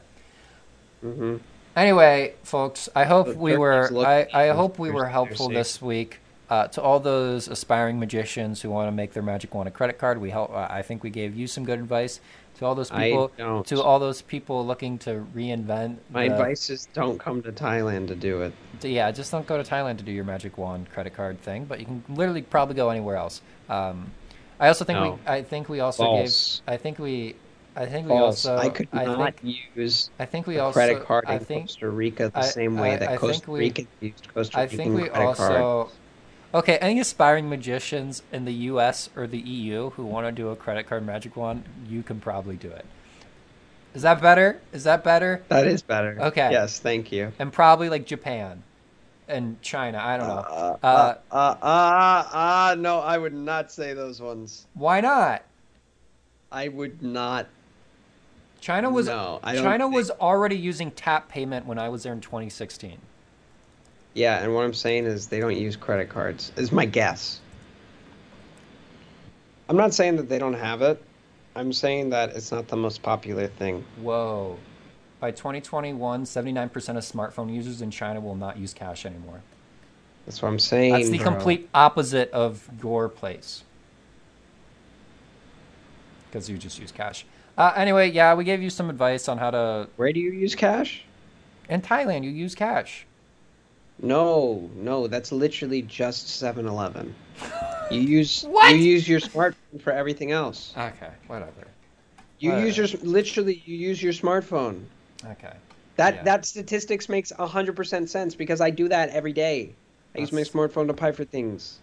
B: Mm-hmm.
A: Anyway, folks, I hope
B: Look,
A: we
B: turkeys
A: were
B: look
A: I, I
B: safe.
A: hope we
B: They're-
A: were
B: they're
A: helpful
B: safe.
A: this week uh, to all those aspiring magicians who want to make their magic wand a credit card. We help. I think we gave you some good advice to all those
B: I
A: people
B: don't.
A: to all those people looking to reinvent.
B: My
A: the-
B: advice is don't come to Thailand to do it.
A: yeah, just don't go to Thailand to do your magic wand credit card thing, but you can literally probably go anywhere else. Um, I also think
B: No.
A: we I think we also
B: False.
A: gave I think we I think we
B: False.
A: also
B: I could not
A: think,
B: use
A: I think we
B: a
A: also
B: credit card
A: I
B: in
A: think
B: Costa Rica the
A: I-
B: same way
A: I-
B: that
A: I think
B: Costa
A: we-
B: Rican used Costa
A: I
B: Rican
A: think we
B: credit
A: also
B: card.
A: okay. Any aspiring magicians in the U.S. or the EU who want to do a credit card magic wand, you can probably do it. Is that better? Is that better?
B: That is better.
A: Okay.
B: Yes, thank you.
A: And probably like Japan and China. I don't know.
B: Uh,
A: Uh,
B: uh, uh, uh, uh, no, I would not say those ones.
A: Why not?
B: I would not.
A: China was
B: No, I don't
A: China
B: think-
A: was already using tap payment when I was there in 2016.
B: Yeah, and what I'm saying is they don't use credit cards. Is my guess. I'm not saying that they don't have it. I'm saying that it's not the most popular thing.
A: Whoa. By 2021, 79% of smartphone users in China will not use cash anymore.
B: That's what I'm saying.
A: That's the
B: bro.
A: complete opposite of your place. Because you just use cash. Uh, anyway, yeah, we gave you some advice on how to.
B: Where do you use cash?
A: In Thailand, you use cash.
B: No, no, that's literally just 7-Eleven.
A: (laughs)
B: You use
A: What?
B: you use your smartphone for everything else.
A: Okay, whatever.
B: You
A: Whatever.
B: use your literally you use your smartphone.
A: Okay.
B: That
A: Yeah.
B: that statistics makes hundred percent sense because I do that every day. I use my
A: That's-
B: smartphone to pay for things.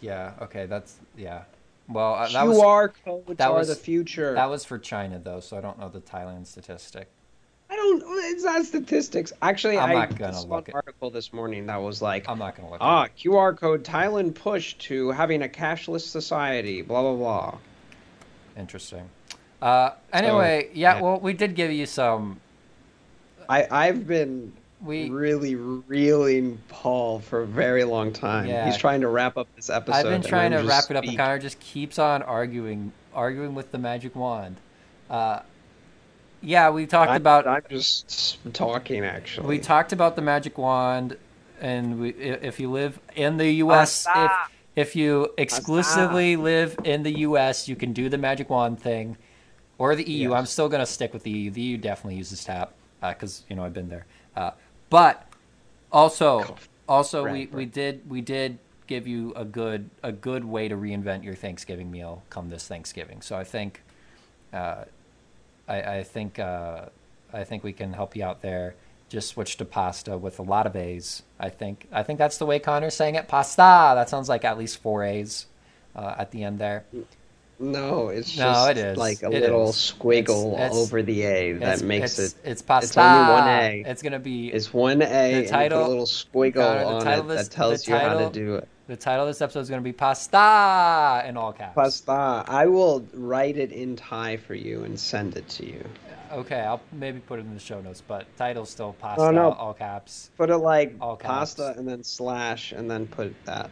A: Yeah. Okay. That's yeah. Well, uh, that was
B: QR codes
A: that
B: are
A: was-
B: the future.
A: that was for China though, so I don't know the Thailand statistic.
B: I don't. It's not statistics. Actually,
A: I'm
B: I
A: not gonna
B: saw
A: look
B: an
A: it-
B: article this morning that was like,
A: I'm not gonna look. it
B: ah,
A: up.
B: QR code Thailand push to having a cashless society. Blah blah blah.
A: Interesting. Uh, anyway, yeah,
B: yeah.
A: Well, we did give you some.
B: I I've been
A: We
B: really reeling Paul for a very long time.
A: Yeah.
B: He's trying to wrap up this episode.
A: I've been
B: and
A: trying
B: I'm
A: to wrap
B: just
A: it up, and
B: speak-
A: Connor just keeps on arguing, arguing with the magic wand. Uh, yeah, we talked
B: I'm-
A: about
B: I'm just talking actually.
A: we talked about the magic wand, and we, i- if you live in the U.S., if,
B: Asa.
A: if you exclusively live in the U.S., you can do the magic wand thing, or the EU.
B: Yes.
A: I'm still gonna stick with the EU. The EU definitely uses tap because you know I've been there. Uh, but also, also we,
B: Right,
A: we
B: right.
A: did we did give you a good a good way to reinvent your Thanksgiving meal come this Thanksgiving. So I think, uh, I, I think uh, I think we can help you out there. Just switch to pasta with a lot of A's. I think I think that's the way Connor's saying it. Pasta. That sounds like at least four A's uh, at the end there.
B: No, it's
A: No,
B: just
A: it is.
B: like a
A: It
B: little
A: is.
B: squiggle
A: It's- it's-
B: over the A that
A: It's-
B: makes
A: it's,
B: it.
A: It's pasta.
B: only one A.
A: It's gonna be
B: It's one A and you put
A: title-
B: a little squiggle
A: Connor, the
B: on
A: title
B: it
A: of this-
B: that tells
A: the
B: you how
A: title-
B: to do it.
A: the title of this episode is gonna be pasta in all caps.
B: Pasta. uh, I will write it in Thai for you and send it to you.
A: Okay, I'll maybe put it in the show notes, but title's still pasta
B: Oh, no.
A: all caps.
B: Put it like
A: All caps.
B: pasta and then slash and then put that.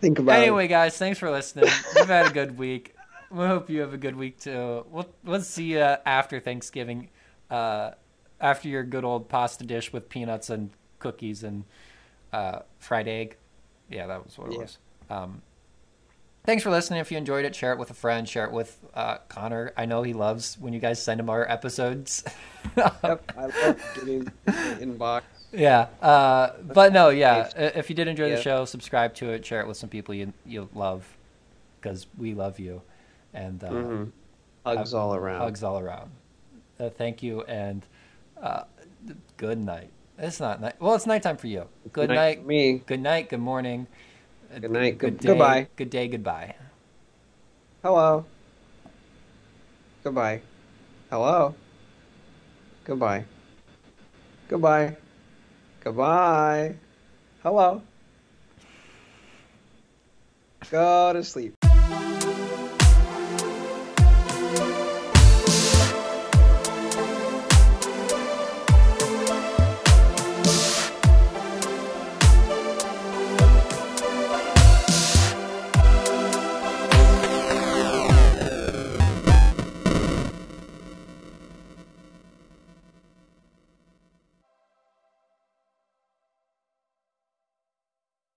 B: Think about it.
A: Anyway, guys, thanks for listening. We've had a good week. We hope you have a good week too. We'll we'll see you after Thanksgiving, uh, after your good old pasta dish with peanuts and cookies and uh, fried egg. Yeah, that was what it
B: Yeah.
A: was. Um, thanks for listening. If you enjoyed it, share it with a friend. Share it with uh, Connor. I know he loves when you guys send him our episodes. (laughs)
B: Yep, I love getting the inbox.
A: Yeah, uh, but no, yeah. i- If you did enjoy the
B: Yeah.
A: show, subscribe to it, share it with some people you you love, because we love you, and uh,
B: Mhm. Hugs all around.
A: hugs all around. Uh, thank you and uh, good night. It's not night. Well, it's nighttime for you. Good
B: night
A: night.
B: for me.
A: Good night. Good morning. uh,
B: Good night, good-
A: day,
B: goodbye.
A: Good day. Goodbye.
B: Hello. Goodbye. Hello. Goodbye. Goodbye. Goodbye. Hello. Go to sleep.